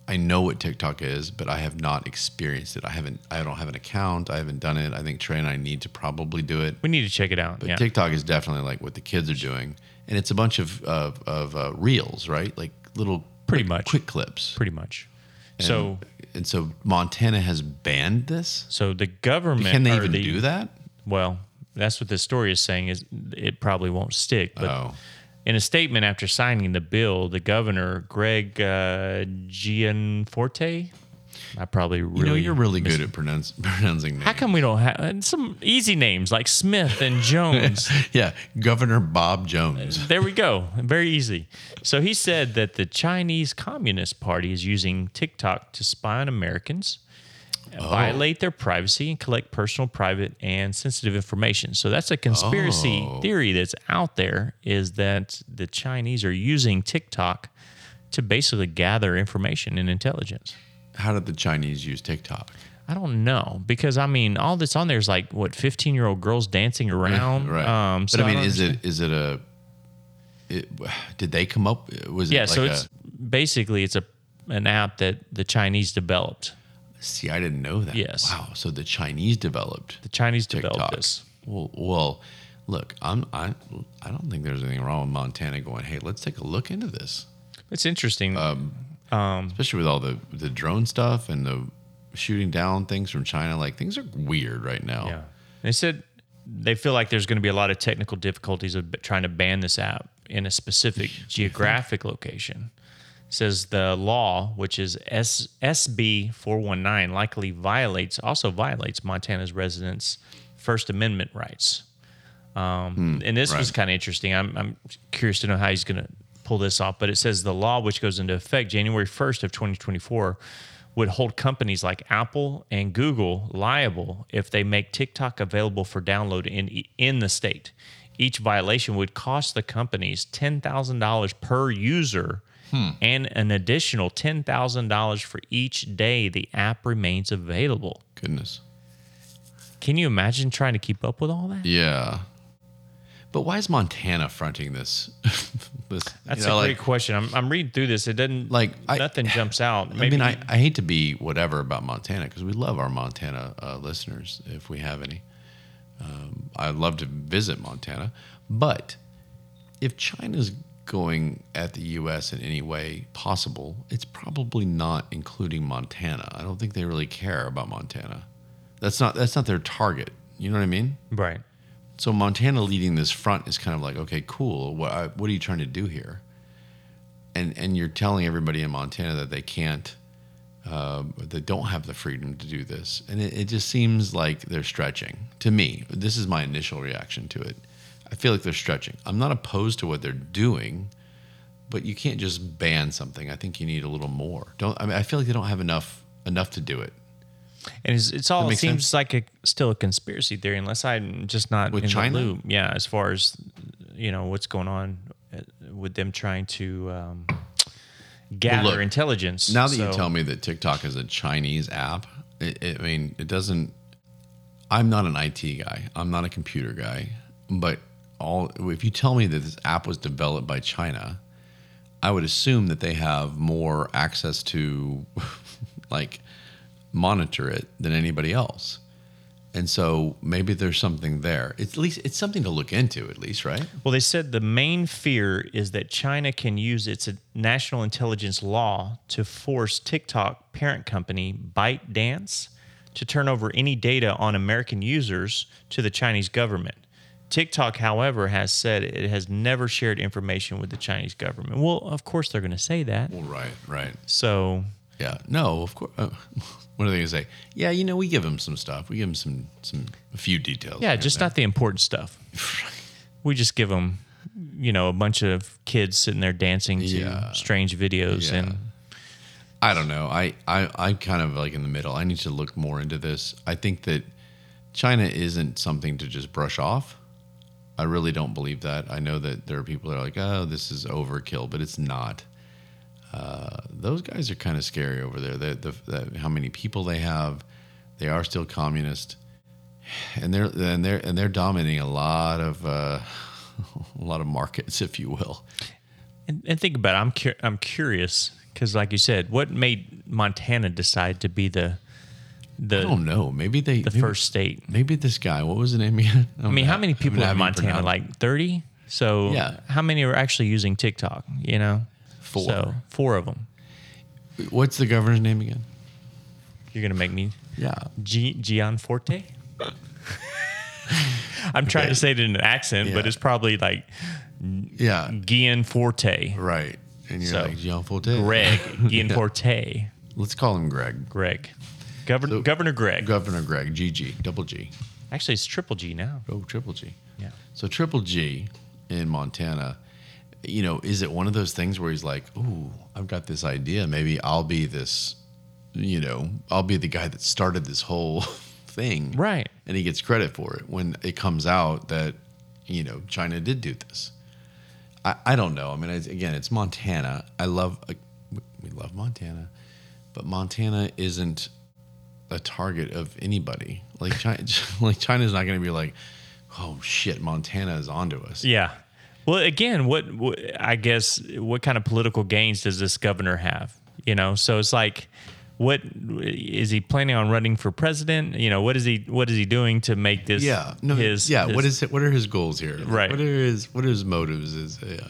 Speaker 6: I know what TikTok is, but I have not experienced it. I haven't I don't have an account, I haven't done it. I think Trey and I need to probably do it.
Speaker 5: We need to check it out.
Speaker 6: But
Speaker 5: yeah.
Speaker 6: TikTok is definitely like what the kids are doing. And it's a bunch of of, of uh, reels, right? Like little
Speaker 5: Pretty
Speaker 6: quick-
Speaker 5: much.
Speaker 6: quick clips.
Speaker 5: pretty much. So,
Speaker 6: and so Montana has banned this?
Speaker 5: so the government
Speaker 6: Can they
Speaker 5: or
Speaker 6: even
Speaker 5: the-
Speaker 6: do that?
Speaker 5: Well, that's what this story is saying. Is it probably won't stick? But
Speaker 6: Oh.
Speaker 5: In a statement after signing the bill, the governor, Greg uh, Gianforte, I probably really.
Speaker 6: you know, you're really
Speaker 5: mis-
Speaker 6: good at pronounce, [laughs] pronouncing names.
Speaker 5: How come we don't have and some easy names like Smith
Speaker 6: [laughs]
Speaker 5: and Jones?
Speaker 6: yeah, Governor Bob Jones.
Speaker 5: there we go. Very easy. So he said that the Chinese Communist Party is using TikTok to spy on Americans,
Speaker 6: Oh.
Speaker 5: violate their privacy, and collect personal, private, and sensitive information. So that's a conspiracy
Speaker 6: Oh.
Speaker 5: theory that's out there is that the Chinese are using TikTok to basically gather information and intelligence.
Speaker 6: How did the Chinese use TikTok?
Speaker 5: I don't know because I mean all that's on there is like what 15 year old girls dancing around.
Speaker 6: Right.
Speaker 5: Um, so
Speaker 6: but I
Speaker 5: don't
Speaker 6: mean, is it is it a? It, did they come up? Was it
Speaker 5: Yeah,
Speaker 6: Like
Speaker 5: so
Speaker 6: a,
Speaker 5: it's basically it's a an app that the Chinese developed.
Speaker 6: see, I didn't know that.
Speaker 5: Yes.
Speaker 6: Wow. So the Chinese developed
Speaker 5: The Chinese
Speaker 6: TikTok.
Speaker 5: developed this.
Speaker 6: Well, well, look, I'm I I don't think there's anything wrong with Montana going. Hey, let's take a look into this,
Speaker 5: It's interesting.
Speaker 6: Um,
Speaker 5: Mm.
Speaker 6: especially with all the the drone stuff and the shooting down things from China. Like things are weird right now.
Speaker 5: yeah, they said they feel like there's going to be a lot of technical difficulties of b- trying to ban this app in a
Speaker 6: [laughs]
Speaker 5: specific geographic location. Says the law, which is S- SB 419, likely violates also violates Montana's residents' First Amendment rights. and this was
Speaker 6: right.
Speaker 5: kind of interesting. I'm, I'm curious to know how he's going to pull this off. But it says the law, which goes into effect January 1st of 2024, would hold companies like Apple and Google liable if they make TikTok available for download in in the state. Each violation would cost the companies ten thousand dollars per user.
Speaker 6: Hmm.
Speaker 5: And an additional ten thousand dollars for each day the app remains available.
Speaker 6: Goodness.
Speaker 5: Can you imagine trying to keep up with all that?
Speaker 6: Yeah. But why is Montana fronting this? [laughs] this
Speaker 5: That's
Speaker 6: you know,
Speaker 5: a
Speaker 6: like,
Speaker 5: great question. I'm, I'm reading through this. It doesn't
Speaker 6: Like, I-
Speaker 5: nothing jumps out.
Speaker 6: I
Speaker 5: Maybe
Speaker 6: mean, I, I hate to be whatever about Montana because we love our Montana uh, listeners if we have any. Um, I'd love to visit Montana, but if China's going at the U.S. in any way possible, it's probably not including Montana. I don't think they really care about Montana. That's not that's not their target. You know what I mean?
Speaker 5: right.
Speaker 6: So Montana leading this front is kind of like, okay, cool. What I, what are you trying to do here? And and you're telling everybody in Montana that they can't, uh, they don't have the freedom to do this, and it, it just seems like they're stretching. To me, this is my initial reaction to it. I feel like they're stretching. I'm not opposed to what they're doing, but you can't just ban something. I think you need a little more. Don't I mean? I feel like they don't have enough enough to do it
Speaker 5: And it's, it's all it
Speaker 6: makes
Speaker 5: seems like a, still a conspiracy theory, unless I'm just not
Speaker 6: With
Speaker 5: in
Speaker 6: China?
Speaker 5: the loop. Yeah, as far as you know, what's going on uh, with them trying to um, gather
Speaker 6: look,
Speaker 5: intelligence.
Speaker 6: Now that you
Speaker 5: So-
Speaker 6: tell me that TikTok is a Chinese app, it, it, I mean, it doesn't. I'm not an IT guy. I'm not a computer guy. But all if you tell me that this app was developed by China, I would assume that they have more access to, [laughs] like, monitor it than anybody else. And so maybe there's something there. It's at least it's something to look into. At least, right?
Speaker 5: Well, they said the main fear is that China can use its national intelligence law to force TikTok parent company ByteDance to turn over any data on American users to the Chinese government. TikTok, however, has said it has never shared information with the Chinese government. Well, of course they're going to say that.
Speaker 6: Well, right, right.
Speaker 5: So,
Speaker 6: Yeah. No, of course. Uh, [laughs] what are they gonna say? Yeah, you know, we give them some stuff. We give them some, some, a few details.
Speaker 5: yeah, just not the important stuff. We just give them, you know, a bunch of kids sitting there dancing to
Speaker 6: Yeah.
Speaker 5: strange videos
Speaker 6: Yeah.
Speaker 5: and
Speaker 6: I don't know. I, I, I'm kind of like in the middle. I need to look more into this. I think that China isn't something to just brush off. I really don't believe that. I know that there are people that are like, oh, this is overkill, but it's not. Uh, those guys are kind of scary over there. The, the, the, how many people they have, they are still communist, and they're and they're and they're dominating a lot of uh, [laughs] a lot of markets, if you will.
Speaker 5: And, and think about it. I'm cur- I'm curious because, like you said, what made Montana decide to be the
Speaker 6: I
Speaker 5: the
Speaker 6: don't know. Maybe they
Speaker 5: the
Speaker 6: maybe-
Speaker 5: first state?
Speaker 6: Maybe this guy. What was the name again?
Speaker 5: [laughs] I mean, how many people in Montana?
Speaker 6: Montana?
Speaker 5: Like thirty. So
Speaker 6: Yeah.
Speaker 5: how many are actually using TikTok? You know,
Speaker 6: Four.
Speaker 5: So four of them.
Speaker 6: What's the governor's name again?
Speaker 5: You're gonna make me
Speaker 6: Yeah.
Speaker 5: G- Gianforte. [laughs] I'm trying to say it in an accent, but
Speaker 6: Yeah.
Speaker 5: it's probably like
Speaker 6: Yeah.
Speaker 5: Gianforte,
Speaker 6: Right. And you're
Speaker 5: So,
Speaker 6: [laughs] like Jean Forte.
Speaker 5: Greg Gianforte.
Speaker 6: Let's call him Greg.
Speaker 5: Greg. Governor,
Speaker 6: So-
Speaker 5: Governor Greg.
Speaker 6: Governor Greg, GG, double G.
Speaker 5: Actually, it's Triple G now.
Speaker 6: Oh, triple G.
Speaker 5: Yeah.
Speaker 6: So Triple G in Montana, you know, is it one of those things where he's like, "Ooh, I've got this idea. Maybe I'll be this, you know, I'll be the guy that started this whole [laughs] thing."
Speaker 5: Right.
Speaker 6: And he gets credit for it when it comes out that, you know, China did do this. I, I don't know. I mean, it's, again, it's Montana. I love uh, we- we love Montana, but Montana isn't a target of anybody. Like China, [laughs] like China's not going to be like, oh shit, Montana is onto us.
Speaker 5: Yeah. Well, again, what, what I guess what kind of political gains does this governor have? You know, so it's like, what is he planning on running for president? You know, what is he what is he doing to make this?
Speaker 6: Yeah, no,
Speaker 5: his
Speaker 6: yeah. what is it? What are his goals here? Like,
Speaker 5: Right.
Speaker 6: What are his What are his motives? Is yeah.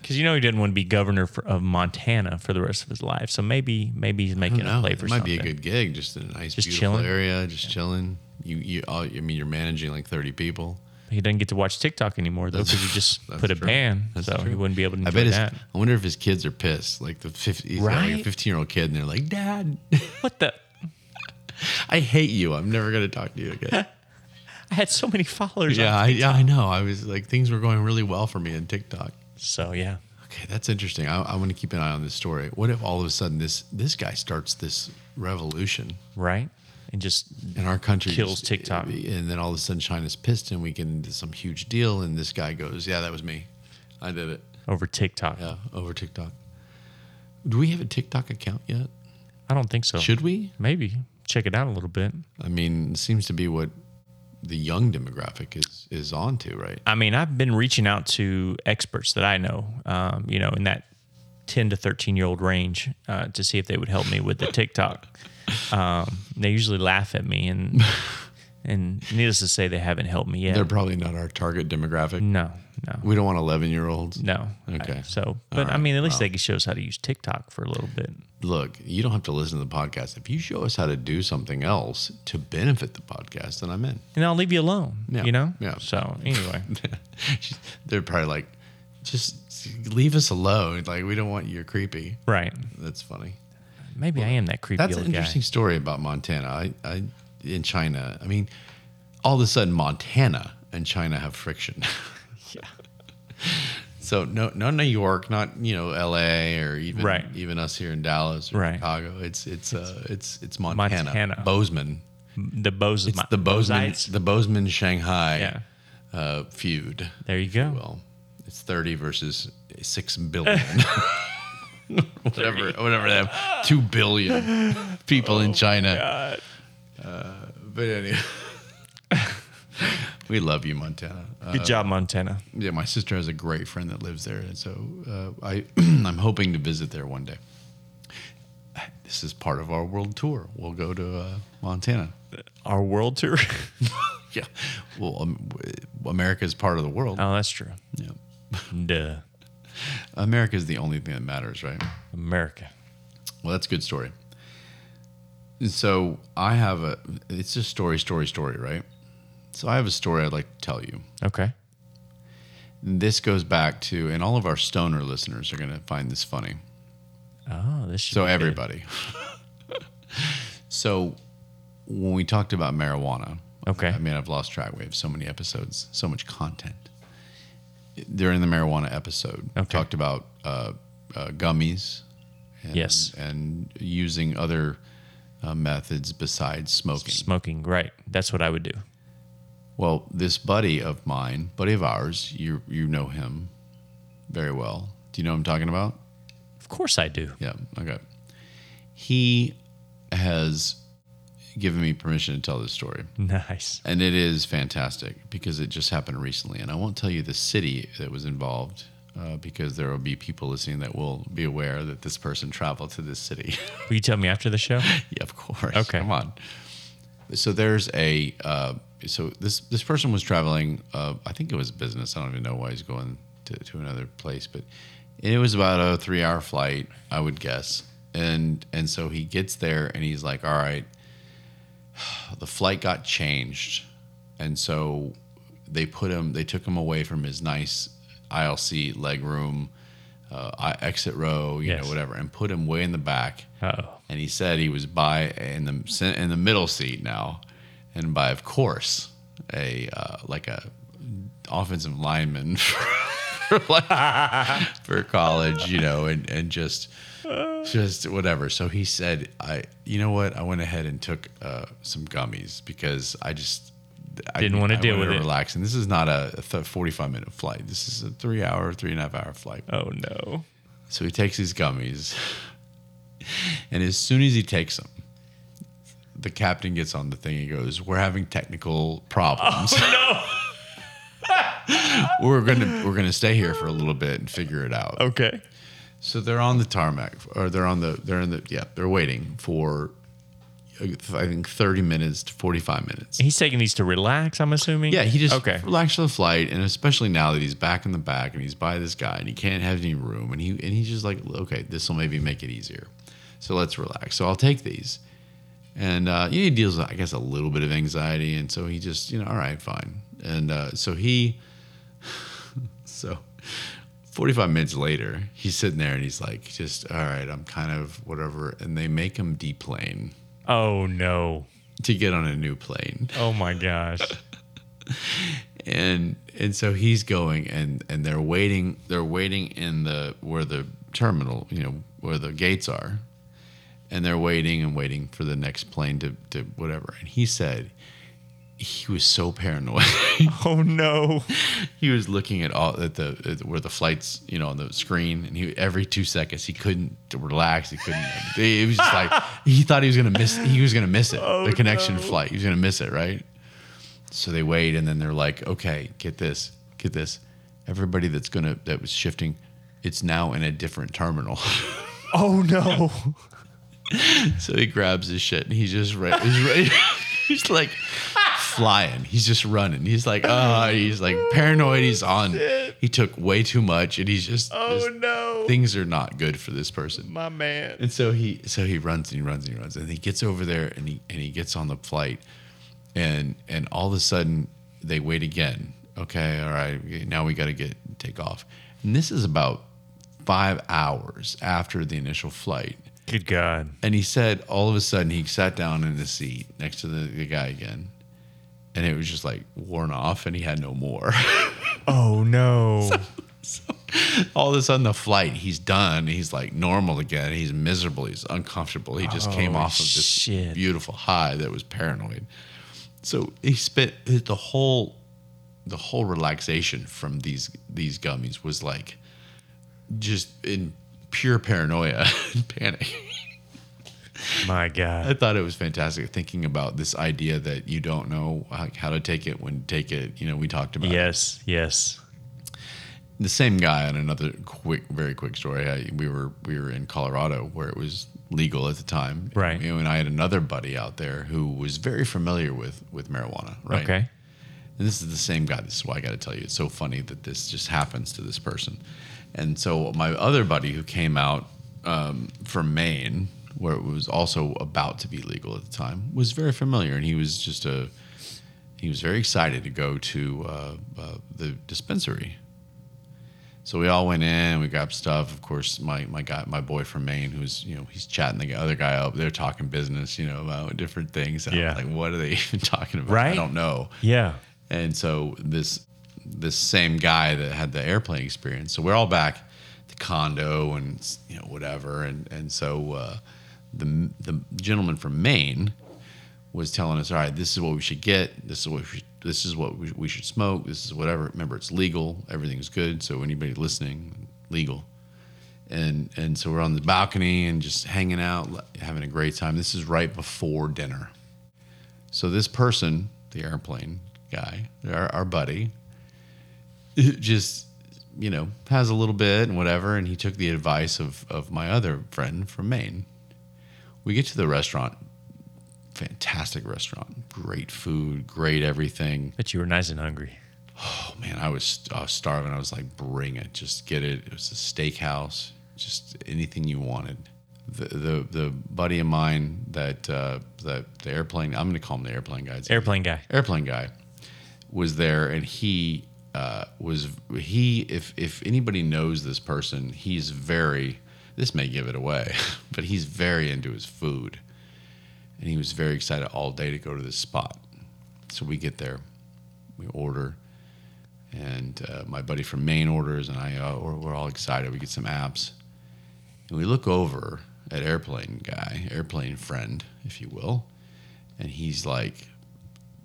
Speaker 5: because you know he didn't want to be governor for, of Montana for the rest of his life. So maybe maybe he's making
Speaker 6: No,
Speaker 5: a play
Speaker 6: it
Speaker 5: for
Speaker 6: might
Speaker 5: something.
Speaker 6: be a good gig, just in a nice,
Speaker 5: Just
Speaker 6: beautiful
Speaker 5: chilling.
Speaker 6: area, just chilling. You, you, all, I mean, you're managing like 30 people.
Speaker 5: he doesn't get to watch TikTok anymore though because you just
Speaker 6: [laughs] That's
Speaker 5: put a
Speaker 6: true.
Speaker 5: ban,
Speaker 6: That's
Speaker 5: so he
Speaker 6: true.
Speaker 5: wouldn't be able to
Speaker 6: I
Speaker 5: do
Speaker 6: bet. His,
Speaker 5: that.
Speaker 6: I wonder if his kids are pissed. Like the 50, he's got, like
Speaker 5: Right?
Speaker 6: a 15 year old kid, and they're like, "Dad,
Speaker 5: What the?
Speaker 6: I hate you. I'm never gonna talk to
Speaker 5: [laughs]
Speaker 6: you again."
Speaker 5: I had so many followers. on-
Speaker 6: yeah, I, yeah, I know. I was like, things were going really well for me in TikTok.
Speaker 5: So yeah.
Speaker 6: Okay, that's interesting. I, I want to keep an eye on this story. What if all of a sudden this this guy starts this revolution
Speaker 5: Right. And just
Speaker 6: in our country?
Speaker 5: Kills TikTok.
Speaker 6: and then all of a sudden China's pissed, and we get into some huge deal, and this guy goes, "Yeah, that was me. I did it.
Speaker 5: over TikTok.
Speaker 6: Yeah, over TikTok." Do we have a TikTok account yet?
Speaker 5: I don't think so.
Speaker 6: Should we?
Speaker 5: Maybe check it out a little bit.
Speaker 6: I mean, it seems to be what the young demographic is is on to, right?
Speaker 5: I mean, I've been reaching out to experts that I know, um, you know, in that 10 to 13 year old range uh, to see if they would help me with the TikTok. Um, they usually laugh at me, [laughs] and and needless to say, they haven't helped me yet.
Speaker 6: They're probably not our target demographic.
Speaker 5: no, no,
Speaker 6: We don't want 11 year olds.
Speaker 5: Mm. no.
Speaker 6: Okay.
Speaker 5: I- so, but I mean, at least they can show us how to use TikTok for a little bit.
Speaker 6: Look, you don't have to listen to the podcast. If you show us how to do something else to benefit the podcast, then I'm in.
Speaker 5: And I'll leave you alone,
Speaker 6: Yeah,
Speaker 5: you know?
Speaker 6: yeah.
Speaker 5: So,
Speaker 6: [laughs]
Speaker 5: anyway,
Speaker 6: They're probably like, just leave us alone. Like, we don't want you. You're creepy.
Speaker 5: right.
Speaker 6: That's funny.
Speaker 5: Maybe I am that creepy
Speaker 6: That's an
Speaker 5: old guy.
Speaker 6: interesting story about Montana. I, I, in China, I mean, all of a sudden Montana and China have friction. [laughs] yeah. So no, no New York, not you know L.A. or even
Speaker 5: Right.
Speaker 6: even us here in Dallas or
Speaker 5: Right.
Speaker 6: Chicago. It's it's uh it's it's Montana,
Speaker 5: Montana.
Speaker 6: Bozeman.
Speaker 5: The Bose
Speaker 6: It's the Bozeman, the Bozeman Shanghai
Speaker 5: Yeah.
Speaker 6: uh, feud.
Speaker 5: There you go.
Speaker 6: Well, it's thirty versus six billion. whatever, whatever they have, two billion people in China. Uh, but anyway, [laughs] we love you, Montana. Uh,
Speaker 5: Good job, Montana.
Speaker 6: yeah, my sister has a great friend that lives there, and so uh, I, [clears throat] I'm hoping to visit there one day. This is part of our world tour. We'll go to uh, Montana.
Speaker 5: Our world tour. [laughs]
Speaker 6: Yeah, well, um, w- America is part of the world.
Speaker 5: oh, that's true.
Speaker 6: Yeah.
Speaker 5: Duh.
Speaker 6: America is the only thing that matters, right?
Speaker 5: America.
Speaker 6: Well, that's a good story. And So I have a, it's just story, story, story, right? So I have a story I'd like to tell you.
Speaker 5: Okay.
Speaker 6: And this goes back to, and all of our stoner listeners are going to find this funny.
Speaker 5: Oh, this should
Speaker 6: So
Speaker 5: be good.
Speaker 6: everybody. [laughs] so when we talked about marijuana,
Speaker 5: Okay.
Speaker 6: I mean, I've lost track. We have so many episodes, so much content. During the marijuana episode, we
Speaker 5: Okay.
Speaker 6: talked about uh, uh, gummies. And,
Speaker 5: Yes.
Speaker 6: And using other uh, methods besides smoking.
Speaker 5: Smoking, right. That's what I would do.
Speaker 6: Well, this buddy of mine, buddy of ours, you you know him very well. Do you know what I'm talking about?
Speaker 5: Of course I do.
Speaker 6: Yeah. Okay. He has given me permission to tell this story,
Speaker 5: [laughs] Nice.
Speaker 6: and it is fantastic because it just happened recently. And I won't tell you the city that was involved uh, because there will be people listening that will be aware that this person traveled to this city. [laughs]
Speaker 5: Will you tell me after the show?
Speaker 6: yeah, of course.
Speaker 5: Okay.
Speaker 6: Come on. So there's a uh, so this this person was traveling. Uh, I think it was business. I don't even know why he's going to, to another place, but it was about a three hour flight, I would guess. And and so he gets there and he's like, all right, [sighs] the flight got changed, and so they put him. They took him away from his nice aisle seat, leg room, uh, I- exit row, you
Speaker 5: Yes.
Speaker 6: know, whatever, and put him way in the back.
Speaker 5: Oh,
Speaker 6: And he said he was by in the cen- in the middle seat now, and by of course a uh, like a offensive lineman [laughs] for, like- for college, you know, and and just just whatever. So he said, I you know what? I went ahead and took uh, some gummies because I just. I
Speaker 5: Didn't wanna
Speaker 6: I
Speaker 5: deal
Speaker 6: wanted
Speaker 5: with it.
Speaker 6: Relax, and this is not a th- forty-five minute flight. This is a three-hour, three and a half hour flight.
Speaker 5: [laughs] oh no.
Speaker 6: So he takes his gummies, [laughs] and as soon as he takes them, the captain gets on the thing and goes, "We're having technical problems.
Speaker 5: Oh,
Speaker 6: no, [laughs] we're gonna we're gonna stay here for a little bit and figure it out."
Speaker 5: Okay.
Speaker 6: So they're on the tarmac, or they're on the they're in the yeah they're waiting for uh, I think thirty minutes to forty five minutes.
Speaker 5: He's taking these to relax, I'm assuming.
Speaker 6: Yeah, he just
Speaker 5: Okay.
Speaker 6: relaxed on the flight, and especially now that he's back in the back and he's by this guy and he can't have any room, and he and he's just like, okay, this will maybe make it easier, so let's relax. So I'll take these, and uh, he deals, with, I guess, a little bit of anxiety, and so he just, you know, all right, fine, and uh, so he, [laughs] so. 45 minutes later, he's sitting there and he's like, just, all right, I'm kind of whatever. And they make him deplane
Speaker 5: Oh no.
Speaker 6: to get on a new plane.
Speaker 5: Oh my gosh.
Speaker 6: and and so he's going and and they're waiting they're waiting in the where the terminal you know where the gates are and they're waiting and waiting for the next plane to, to whatever and he said he was so paranoid
Speaker 5: [laughs]
Speaker 6: [laughs]
Speaker 5: Oh no.
Speaker 6: he was looking at all at the at where the flights you know on the screen and he every two seconds he couldn't relax he couldn't it was just like he thought he was gonna miss he was gonna miss it the connection flight he was gonna miss it right so they wait and then they're like okay get this get this everybody that's gonna that was shifting it's now in a different terminal [laughs]
Speaker 5: Oh no.
Speaker 6: so he grabs his shit and he's just right. He's, right, [laughs] he's like flying. He's just running. He's like, uh, he's like
Speaker 5: Oh,
Speaker 6: paranoid. He's on. He took way too much and he's just, just-
Speaker 5: Oh, no.
Speaker 6: things are not good for this person.
Speaker 5: My man.
Speaker 6: And so he, so he runs and he runs and he runs and he gets over there and he, and he gets on the flight and, and all of a sudden they wait again. Okay. All right. Now we got to get, take off. And this is about five hours after the initial flight.
Speaker 5: Good God.
Speaker 6: And he said, all of a sudden, he sat down in the seat next to the, the guy again. And it was just like worn off, and he had no more. [laughs]
Speaker 5: Oh no.
Speaker 6: all of a sudden, the flight, he's done. He's like normal again. He's miserable. He's uncomfortable. He just came
Speaker 5: Oh,
Speaker 6: off of this
Speaker 5: shit.
Speaker 6: beautiful high that was paranoid. So he spent the whole the whole relaxation from these these gummies was like just in pure paranoia [laughs] and panic.
Speaker 5: [laughs] My
Speaker 6: I
Speaker 5: God.
Speaker 6: thought it was fantastic thinking about this idea that you don't know how, how to take it when take it. You know, we talked about it.
Speaker 5: Yes. Yes.
Speaker 6: the same guy on another quick, very quick story. I, we were we were in Colorado where it was legal at the time.
Speaker 5: Right.
Speaker 6: You and I had another buddy out there who was very familiar with with marijuana. Right.
Speaker 5: Okay.
Speaker 6: And this is the same guy. This is why I got to tell you. It's so funny that this just happens to this person. And so my other buddy who came out um, from Maine, where it was also about to be legal at the time, was very familiar, and he was just a he was very excited to go to uh, uh, the dispensary. So we all went in, we grabbed stuff. Of course, my my guy, my boy from Maine, who's you know he's chatting the other guy up. They're talking business, you know, about different things. And I'm
Speaker 5: Yeah.
Speaker 6: like what are they [laughs] even talking about?
Speaker 5: Right?
Speaker 6: I don't know.
Speaker 5: Yeah.
Speaker 6: And so this this same guy that had the airplane experience. So we're all back at the condo and you know whatever. And and so uh, the the gentleman from Maine was telling us, all right, this is what we should get. This is what we should, this is what we, we should smoke. This is whatever. Remember, it's legal. Everything's good. So anybody listening, legal. And and so we're on the balcony and just hanging out, l- having a great time. This is right before dinner. So this person, the airplane guy, our, our buddy, just you know has a little bit and whatever, and he took the advice of of my other friend from Maine. We get to the restaurant, fantastic restaurant, great food, great everything.
Speaker 5: But you were nice and hungry.
Speaker 6: Oh man, I was, I was starving. I was like, bring it, just get it. It was a steakhouse, just anything you wanted. The the, the buddy of mine that uh, that the airplane, I'm going to call him the airplane guy. It's
Speaker 5: Airplane guy.
Speaker 6: airplane guy was there and he uh, was he if if anybody knows this person he's very this may give it away [laughs] but he's very into his food and he was very excited all day to go to this spot so we get there we order and uh, my buddy from maine orders and i uh, we're, we're all excited we get some apps and we look over at airplane guy airplane friend if you will and he's like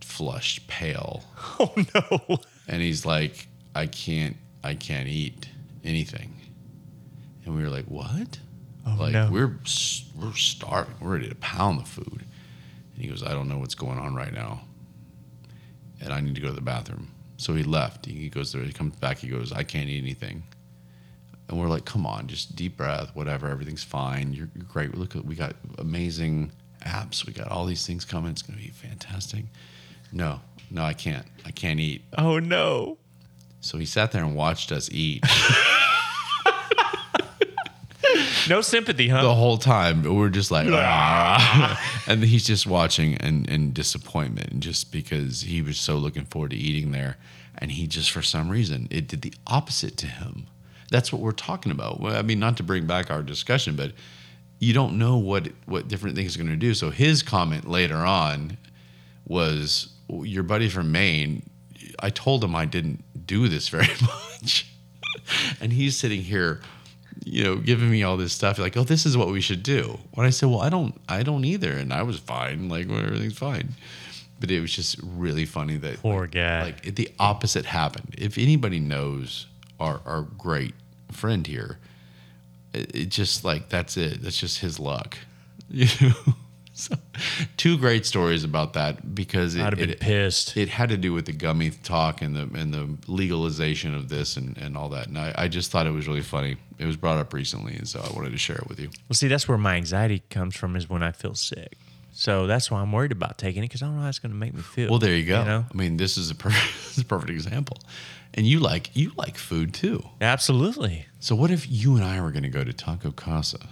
Speaker 6: flushed pale
Speaker 5: Oh [laughs] no.
Speaker 6: and he's like i can't i can't eat anything and we were like what
Speaker 5: Oh
Speaker 6: like
Speaker 5: no.
Speaker 6: we're s- we're starving we're ready to pound the food and he goes i don't know what's going on right now and i need to go to the bathroom so he left he goes there he comes back he goes i can't eat anything and we're like come on just deep breath whatever everything's fine you're, you're great look we got amazing apps we got all these things coming it's going to be fantastic no no i can't i can't eat
Speaker 5: oh no.
Speaker 6: so he sat there and watched us eat [laughs]
Speaker 5: No sympathy, huh?
Speaker 6: the whole time. We were just like, "Ah." [laughs] and he's just watching and in disappointment, and just because he was so looking forward to eating there, and he just for some reason it did the opposite to him. That's what we're talking about. Well, I mean, not to bring back our discussion, but you don't know what what different things are going to do. So his comment later on was, "Your buddy from Maine." I told him I didn't do this very [laughs] much and he's sitting here you know giving me all this stuff like oh this is what we should do when i said well i don't i don't either and i was fine like well, everything's fine but it was just really funny that
Speaker 5: Poor guy.
Speaker 6: like it, the opposite happened if anybody knows our our great friend here it, it just like that's it that's just his luck [laughs] you know so, two great stories about that because it,
Speaker 5: I'd have been
Speaker 6: it-
Speaker 5: pissed.
Speaker 6: it had to do with the gummy talk and the and the legalization of this and, and all that. And I, I just thought it was really funny. It was brought up recently, and so I wanted to share it with you.
Speaker 5: Well, see, that's where my anxiety comes from is when I feel sick. So that's why I'm worried about taking it because I don't know how it's going to make me feel.
Speaker 6: Well, there you go.
Speaker 5: know?
Speaker 6: I mean, this is a perfect, [laughs] this is a perfect example. And you like you like food too.
Speaker 5: Absolutely.
Speaker 6: So what if you and I were going to go to Taco Casa,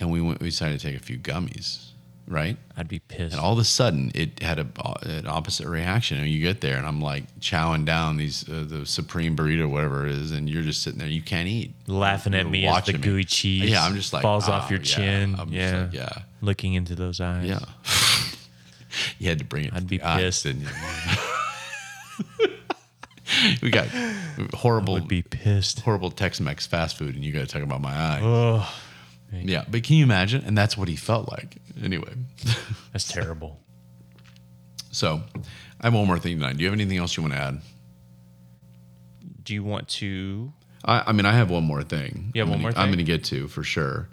Speaker 6: and we went, we decided to take a few gummies, right?
Speaker 5: I'd be pissed.
Speaker 6: And all of a sudden, it had a, an opposite reaction. And you get there, and I'm like chowing down these uh, the supreme burrito, whatever it is, and you're just sitting there. You can't eat.
Speaker 5: Laughing at
Speaker 6: You're
Speaker 5: me as the
Speaker 6: watching me.
Speaker 5: gooey cheese
Speaker 6: Yeah, I'm just like
Speaker 5: falls
Speaker 6: "Oh,
Speaker 5: off your
Speaker 6: yeah."
Speaker 5: chin.
Speaker 6: I'm just
Speaker 5: yeah.
Speaker 6: like, yeah,
Speaker 5: Looking into those eyes.
Speaker 6: yeah. [laughs] you had to bring it.
Speaker 5: I'd
Speaker 6: to
Speaker 5: be
Speaker 6: the eyes,
Speaker 5: pissed.
Speaker 6: didn't you? [laughs] we got horrible,
Speaker 5: Would be pissed.
Speaker 6: horrible Tex-Mex fast food, and you got to talk about my eye.
Speaker 5: Oh,
Speaker 6: Yeah, but can you imagine? And that's what he felt like. Anyway,
Speaker 5: that's terrible.
Speaker 6: so I have one more thing tonight. Do you have anything else you want to add?
Speaker 5: Do you want to?
Speaker 6: I, I mean, I have one more thing.
Speaker 5: You have
Speaker 6: I'm
Speaker 5: one
Speaker 6: gonna-
Speaker 5: more
Speaker 6: I'm
Speaker 5: thing?
Speaker 6: going to get to for sure.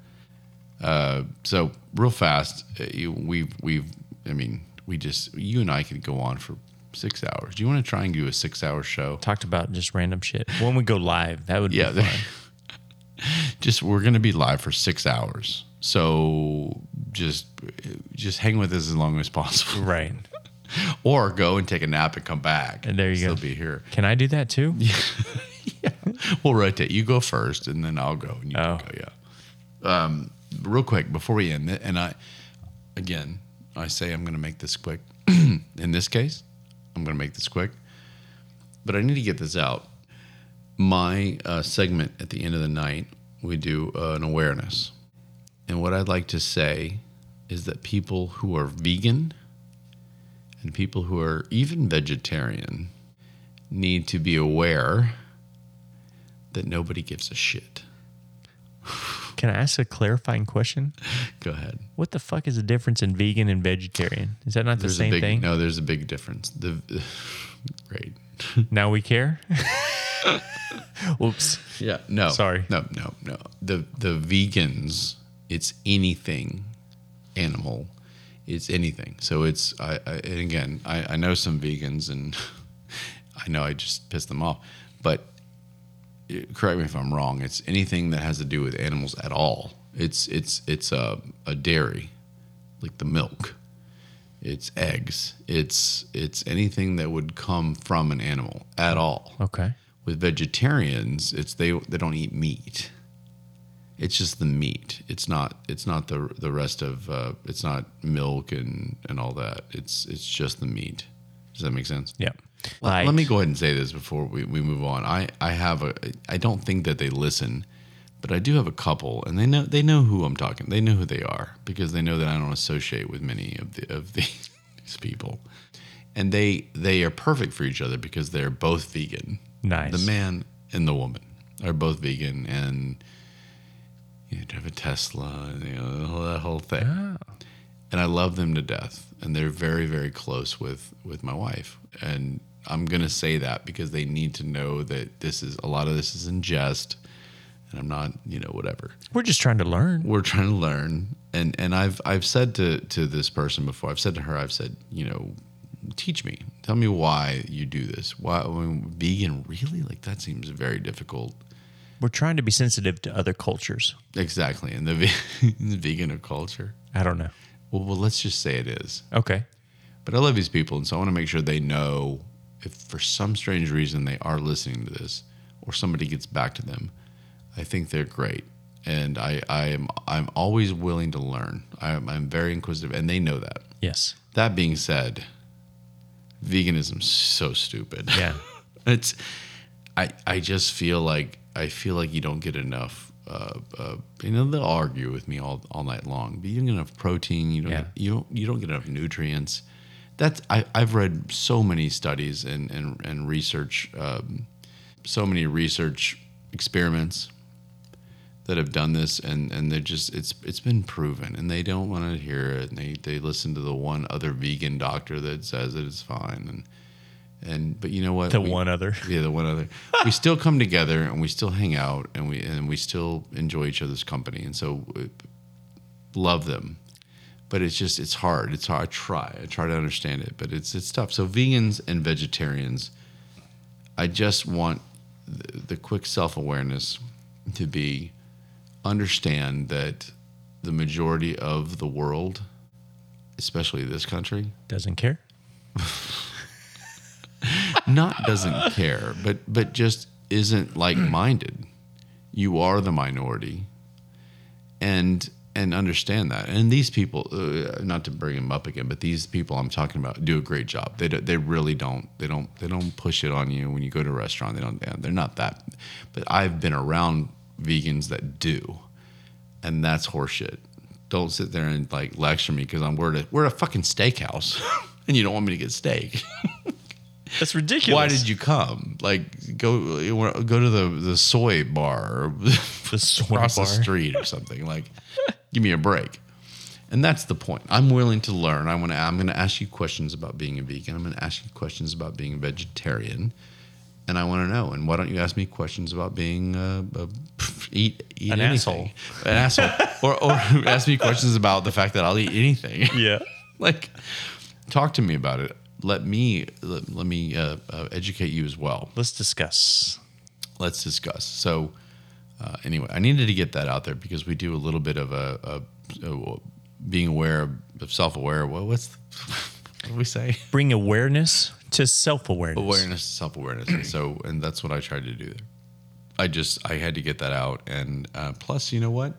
Speaker 6: Uh, so real fast, uh, you, we've we've. I mean, we just you and I could go on for six hours. Do you want to try and do a six-hour show?
Speaker 5: Talked about just random shit. When we go live, that would
Speaker 6: Yeah.
Speaker 5: be fun.
Speaker 6: [laughs] just we're going to be live for six hours. So just just hang with us as long as possible,
Speaker 5: right.
Speaker 6: or go and take a nap and come back.
Speaker 5: And there you
Speaker 6: Still
Speaker 5: go.
Speaker 6: Be here.
Speaker 5: Can I do that too?
Speaker 6: We'll rotate. You go first, and then I'll go, and you
Speaker 5: Oh.
Speaker 6: can go. Yeah. Um, real quick before we end it, and I, again, I say I'm going to make this quick. [clears throat] In this case, I'm going to make this quick, but I need to get this out. My uh, segment at the end of the night, we do uh, an awareness, and what I'd like to say is that people who are vegan and people who are even vegetarian need to be aware that nobody gives a shit.
Speaker 5: Can I ask a clarifying question?
Speaker 6: Go ahead.
Speaker 5: What the fuck is the difference in vegan and vegetarian? Is that not the
Speaker 6: There's
Speaker 5: same
Speaker 6: a big
Speaker 5: thing?
Speaker 6: no. There's a big difference. The [laughs] great.
Speaker 5: Now we
Speaker 6: [laughs]
Speaker 5: care. Oops.
Speaker 6: Yeah. No.
Speaker 5: Sorry.
Speaker 6: No. No. No. The the vegans. It's anything, animal. It's anything. So it's I, I and again I, I know some vegans and [laughs] I know I just pissed them off, but eh, correct me if I'm wrong. It's anything that has to do with animals at all. It's it's it's a a dairy, like the milk. It's eggs. It's it's anything that would come from an animal at all
Speaker 5: Okay.
Speaker 6: with vegetarians, it's they they don't eat meat. It's just the meat. It's not it's not the the rest of uh, it's not milk and and all that. It's it's just the meat. Does that make sense?
Speaker 5: Yeah.
Speaker 6: Let-
Speaker 5: Like,
Speaker 6: Let me go ahead and say this before we, we move on. I, I have a I don't think that they listen, but I do have a couple, and they know they know who I'm talking. They know who they are because they know that I don't associate with many of the of [laughs] the, these people, and they they are perfect for each other because they're both vegan.
Speaker 5: Nice.
Speaker 6: The man and the woman are both vegan, and you know, drive a Tesla, and you know the whole- that whole thing and I love them to death. And they're very, very close with with my wife. And I'm gonna say that because they need to know that this is a lot of this is in jest, and I'm not, you know, whatever.
Speaker 5: We're just trying to learn.
Speaker 6: We're trying to learn. And and I've I've said to to this person before. I've said to her. I've said, you know, teach me. Tell me why you do this. Why I mean, vegan? Really? Like that seems very difficult.
Speaker 5: We're trying to be sensitive to other cultures.
Speaker 6: Exactly. And the, ve- [laughs] vegan culture.
Speaker 5: I don't know.
Speaker 6: Well, well, let's just say it is.
Speaker 5: Okay.
Speaker 6: But I love these people, and so I want to make sure they know if for some strange reason they are listening to this or somebody gets back to them. I think they're great, and I, I am I'm always willing to learn. I'm, I'm very inquisitive, and they know that.
Speaker 5: Yes.
Speaker 6: That being said, veganism's so stupid.
Speaker 5: Yeah.
Speaker 6: it's I I just feel like I feel like you don't get enough. Uh, uh, you know they'll argue with me all, all night long, but you don't get enough protein. You don't
Speaker 5: Yeah.
Speaker 6: you don't you don't get enough nutrients. That's I I've read so many studies and and and research, um, so many research experiments that have done this, and and they're just it's it's been proven, and they don't want to hear it. And they they listen to the one other vegan doctor that says it is fine, and and but you know what
Speaker 5: The
Speaker 6: We-
Speaker 5: one other.
Speaker 6: yeah, the one other. we still come together and we still hang out and we and we still enjoy each other's company and so uh, love them. But it's just it's hard. It's hard. I try. I try to understand it, but it's it's tough. So vegans and vegetarians, I just want the, the quick self awareness to be understand that the majority of the world, especially this country,
Speaker 5: Doesn't care.
Speaker 6: not doesn't care, but but just isn't like minded. You are the minority, and and understand that. And these people, uh, not to bring them up again, but these people I'm talking about do a great job. They do, they really don't they don't they don't push it on you when you go to a restaurant. They don't they're not that. But I've been around vegans that do, and that's horseshit. Don't sit there and like lecture me because I'm we're at a, we're at a fucking steakhouse, [laughs] and you don't want me to get steak
Speaker 5: That's ridiculous.
Speaker 6: why did you come? Like, go go to the the soy bar or [laughs]
Speaker 5: The soy
Speaker 6: across
Speaker 5: bar.
Speaker 6: the street or something. Like, give me a break. And that's the point. I'm willing to learn. I want to. I'm going to ask you questions about being a vegan. I'm going to ask you questions about being a vegetarian, and I want to know. And why don't you ask me questions about being uh, a, [laughs] eat eat
Speaker 5: An
Speaker 6: anything. an asshole, or [laughs] or ask me questions about the fact that I'll eat anything
Speaker 5: Yeah.
Speaker 6: [laughs] like talk to me about it let me let, let me uh, uh, educate you as well
Speaker 5: Let's discuss.
Speaker 6: let's discuss so uh, anyway i needed to get that out there because we do a little bit of a, a, a being aware of self-aware what, what's [laughs] what do we say
Speaker 5: Bring awareness to self awareness.
Speaker 6: awareness self-awareness and [clears throat] so and that's what i tried to do there i just i had to get that out and uh, plus you know what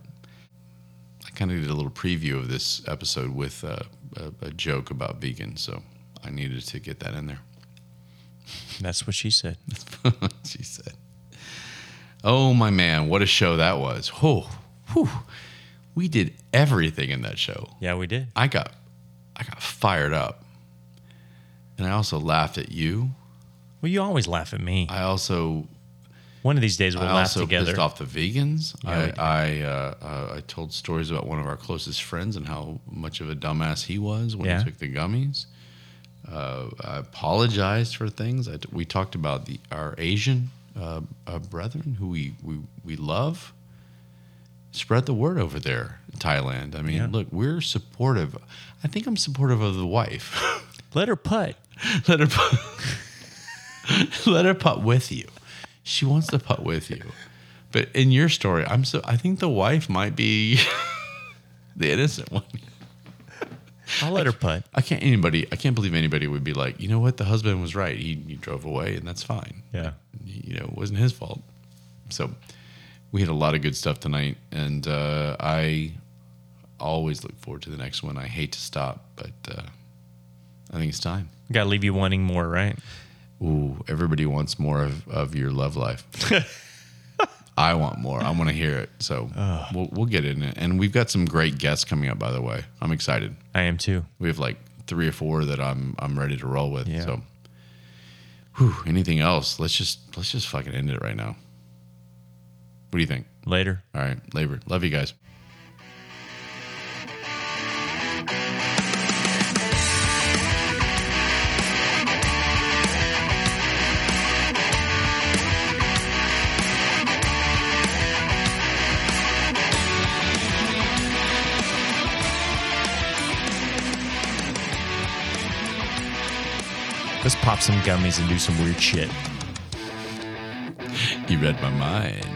Speaker 6: i kind of did a little preview of this episode with uh, a, a joke about vegan so i needed to get that in there
Speaker 5: That's what she said.
Speaker 6: [laughs] she said. Oh my man, what a show that was. Oh, whew. we did everything in that show.
Speaker 5: Yeah, we did.
Speaker 6: I got I got fired up. And I also laughed at you.
Speaker 5: Well, you always laugh at me.
Speaker 6: I also
Speaker 5: One of these days we'll
Speaker 6: I
Speaker 5: laugh
Speaker 6: also
Speaker 5: together.
Speaker 6: pissed off the vegans.
Speaker 5: Yeah, we did.
Speaker 6: I I, uh, uh, I told stories about one of our closest friends and how much of a dumbass he was when
Speaker 5: Yeah.
Speaker 6: he took the gummies. Uh, I apologized for things. I t- we talked about the our Asian uh, uh, brethren who we, we we love. Spread the word over there, in Thailand. I mean,
Speaker 5: Yeah.
Speaker 6: look, we're supportive. I think I'm supportive of the wife. [laughs]
Speaker 5: Let her putt.
Speaker 6: Let her put, [laughs] let her putt with you. She wants to putt with you. But in your story, I'm so I think the wife might be [laughs] the innocent one.
Speaker 5: I'll let her putt.
Speaker 6: I can't anybody I can't believe anybody would be like, you know what, the husband was right. He, he drove away and that's fine.
Speaker 5: Yeah.
Speaker 6: You know, it wasn't his fault. So we had a lot of good stuff tonight and uh, I always look forward to the next one. I hate to stop, but uh, I think it's time.
Speaker 5: Gotta leave you wanting more, right?
Speaker 6: ooh, everybody wants more of, of your love life. I want more. I want to hear it. So we'll, we'll get in it. And we've got some great guests coming up, by the way. I'm excited.
Speaker 5: I am too.
Speaker 6: We have like three or four that I'm I'm ready to roll with.
Speaker 5: Yeah.
Speaker 6: So, whew, anything else? Let's just let's just fucking end it right now. What do you think?
Speaker 5: Later.
Speaker 6: All right, labor. Love you guys.
Speaker 5: Let's pop some gummies and do some weird shit.
Speaker 6: You read my mind.